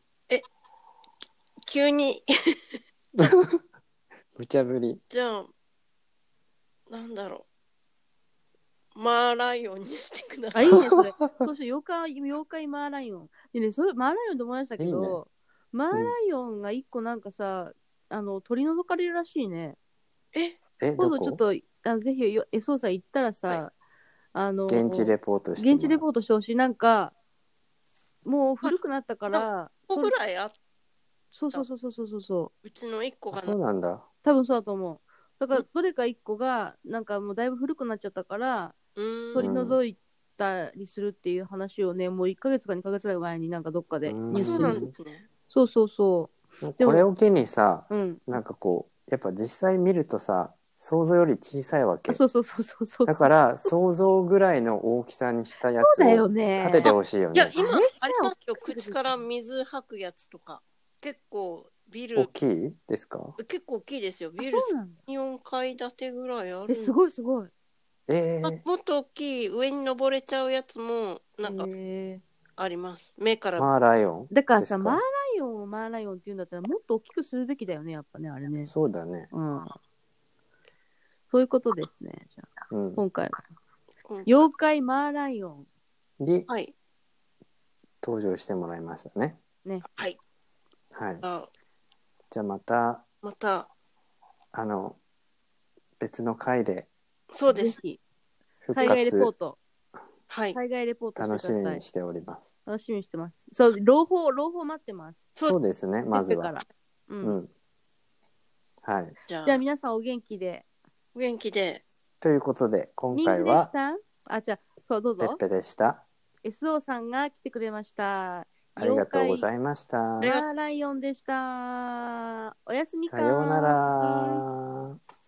Speaker 3: 急に。
Speaker 2: 無茶ぶり
Speaker 3: じゃあ、なんだろう。マーライオンにしてくだ
Speaker 1: あ、
Speaker 3: さ
Speaker 1: い
Speaker 3: い。
Speaker 1: いね、そ れ。そうして、妖怪、妖怪マーライオン。でね、それ、マーライオンと思いましたけど、
Speaker 2: いいね
Speaker 1: マーライオンが一個なんかさ、あの、取り除かれるらしいね。
Speaker 3: え、
Speaker 2: え
Speaker 1: 今
Speaker 2: ど
Speaker 1: 度ちょっ、
Speaker 2: こと
Speaker 1: あのぜひよ、え、捜査行ったらさ、
Speaker 3: は
Speaker 1: あの、
Speaker 2: 現地レポートして
Speaker 1: 現地レポートしてほしい。なんか、もう古くなったから、
Speaker 3: ここぐらいあ
Speaker 1: そうそうそうそうそうそうそう。
Speaker 3: うちの一個
Speaker 2: あ
Speaker 3: が
Speaker 2: そうなんだ
Speaker 1: 多分そうだと思う。だから、どれか一個が、なんかもうだいぶ古くなっちゃったから、
Speaker 3: うーん
Speaker 1: 取り除いたりするっていう話をね、もう1ヶ月か2ヶ月ぐらい前になんかどっかで
Speaker 2: うん
Speaker 3: あ、そうなん
Speaker 1: だ
Speaker 3: ですね。
Speaker 1: そうそうそでも
Speaker 2: これを機にさ
Speaker 1: ううん
Speaker 2: なんかこうやっぱ実際見るとさ想像より小さいわけ
Speaker 1: あそうそうそうそうそう
Speaker 2: だから想像ぐらいの大きさにしたやつ
Speaker 1: そうだよ
Speaker 2: を
Speaker 1: ね
Speaker 2: 立ててほしいよ
Speaker 3: いや
Speaker 2: ね、
Speaker 3: 今
Speaker 1: あれさ
Speaker 3: ありますよ。
Speaker 1: 大きくする
Speaker 3: 口から水吐くやつとか。結構、ビ
Speaker 2: 大
Speaker 3: ル、
Speaker 2: きいですか
Speaker 3: 結構大きいですよ。ビ
Speaker 1: あ
Speaker 3: ル
Speaker 1: そうなんだ
Speaker 3: 4階建てぐらいある。
Speaker 1: えすごいすごい
Speaker 2: えー、
Speaker 3: もっと大きい上に登れちゃうやつもなんか
Speaker 1: へー
Speaker 3: あります。目から、
Speaker 2: マーライオ
Speaker 1: だから
Speaker 2: です
Speaker 1: さ
Speaker 2: か
Speaker 1: マーライオンをマーライオンって言うんだったらもっと大きくするべきだよねやっぱねあれね
Speaker 2: ン。そうだね。
Speaker 1: うんそういうことですねじゃあ
Speaker 2: うん。
Speaker 1: 今回は
Speaker 3: うん
Speaker 1: 妖怪マーライオン
Speaker 2: に
Speaker 3: はい
Speaker 2: 登場してもらいましたね。
Speaker 3: はい。
Speaker 2: はい。
Speaker 3: あ
Speaker 2: じゃあまた
Speaker 3: また
Speaker 2: あの別の回で
Speaker 3: そうです
Speaker 1: ぜ。ひ
Speaker 2: 復
Speaker 1: 海外レポー
Speaker 2: 活
Speaker 1: ト
Speaker 3: はい。
Speaker 1: 海外レポート
Speaker 2: 楽
Speaker 1: し
Speaker 2: してみ
Speaker 1: ください
Speaker 2: にしております。
Speaker 1: 楽しみにしてますそう朗報朗報待ってます
Speaker 3: そう
Speaker 2: そうですね。まず
Speaker 1: ペッペか
Speaker 2: は。
Speaker 1: ら、う
Speaker 2: うんん。はい。
Speaker 3: じゃ
Speaker 1: じゃあ
Speaker 3: あ
Speaker 1: 皆さんお元気で
Speaker 3: お元気で。
Speaker 2: ということで今
Speaker 1: ミング
Speaker 2: 回
Speaker 1: でし
Speaker 2: は
Speaker 1: たあじゃあそうどう
Speaker 2: ペッ
Speaker 1: ぞ
Speaker 2: ペでした。
Speaker 1: SO さんが来てくれました
Speaker 2: ありがとうござ
Speaker 1: い
Speaker 2: いました
Speaker 3: あり。がとう
Speaker 1: マーライオンでしたおやすみか
Speaker 2: さような
Speaker 1: はーい
Speaker 2: ら。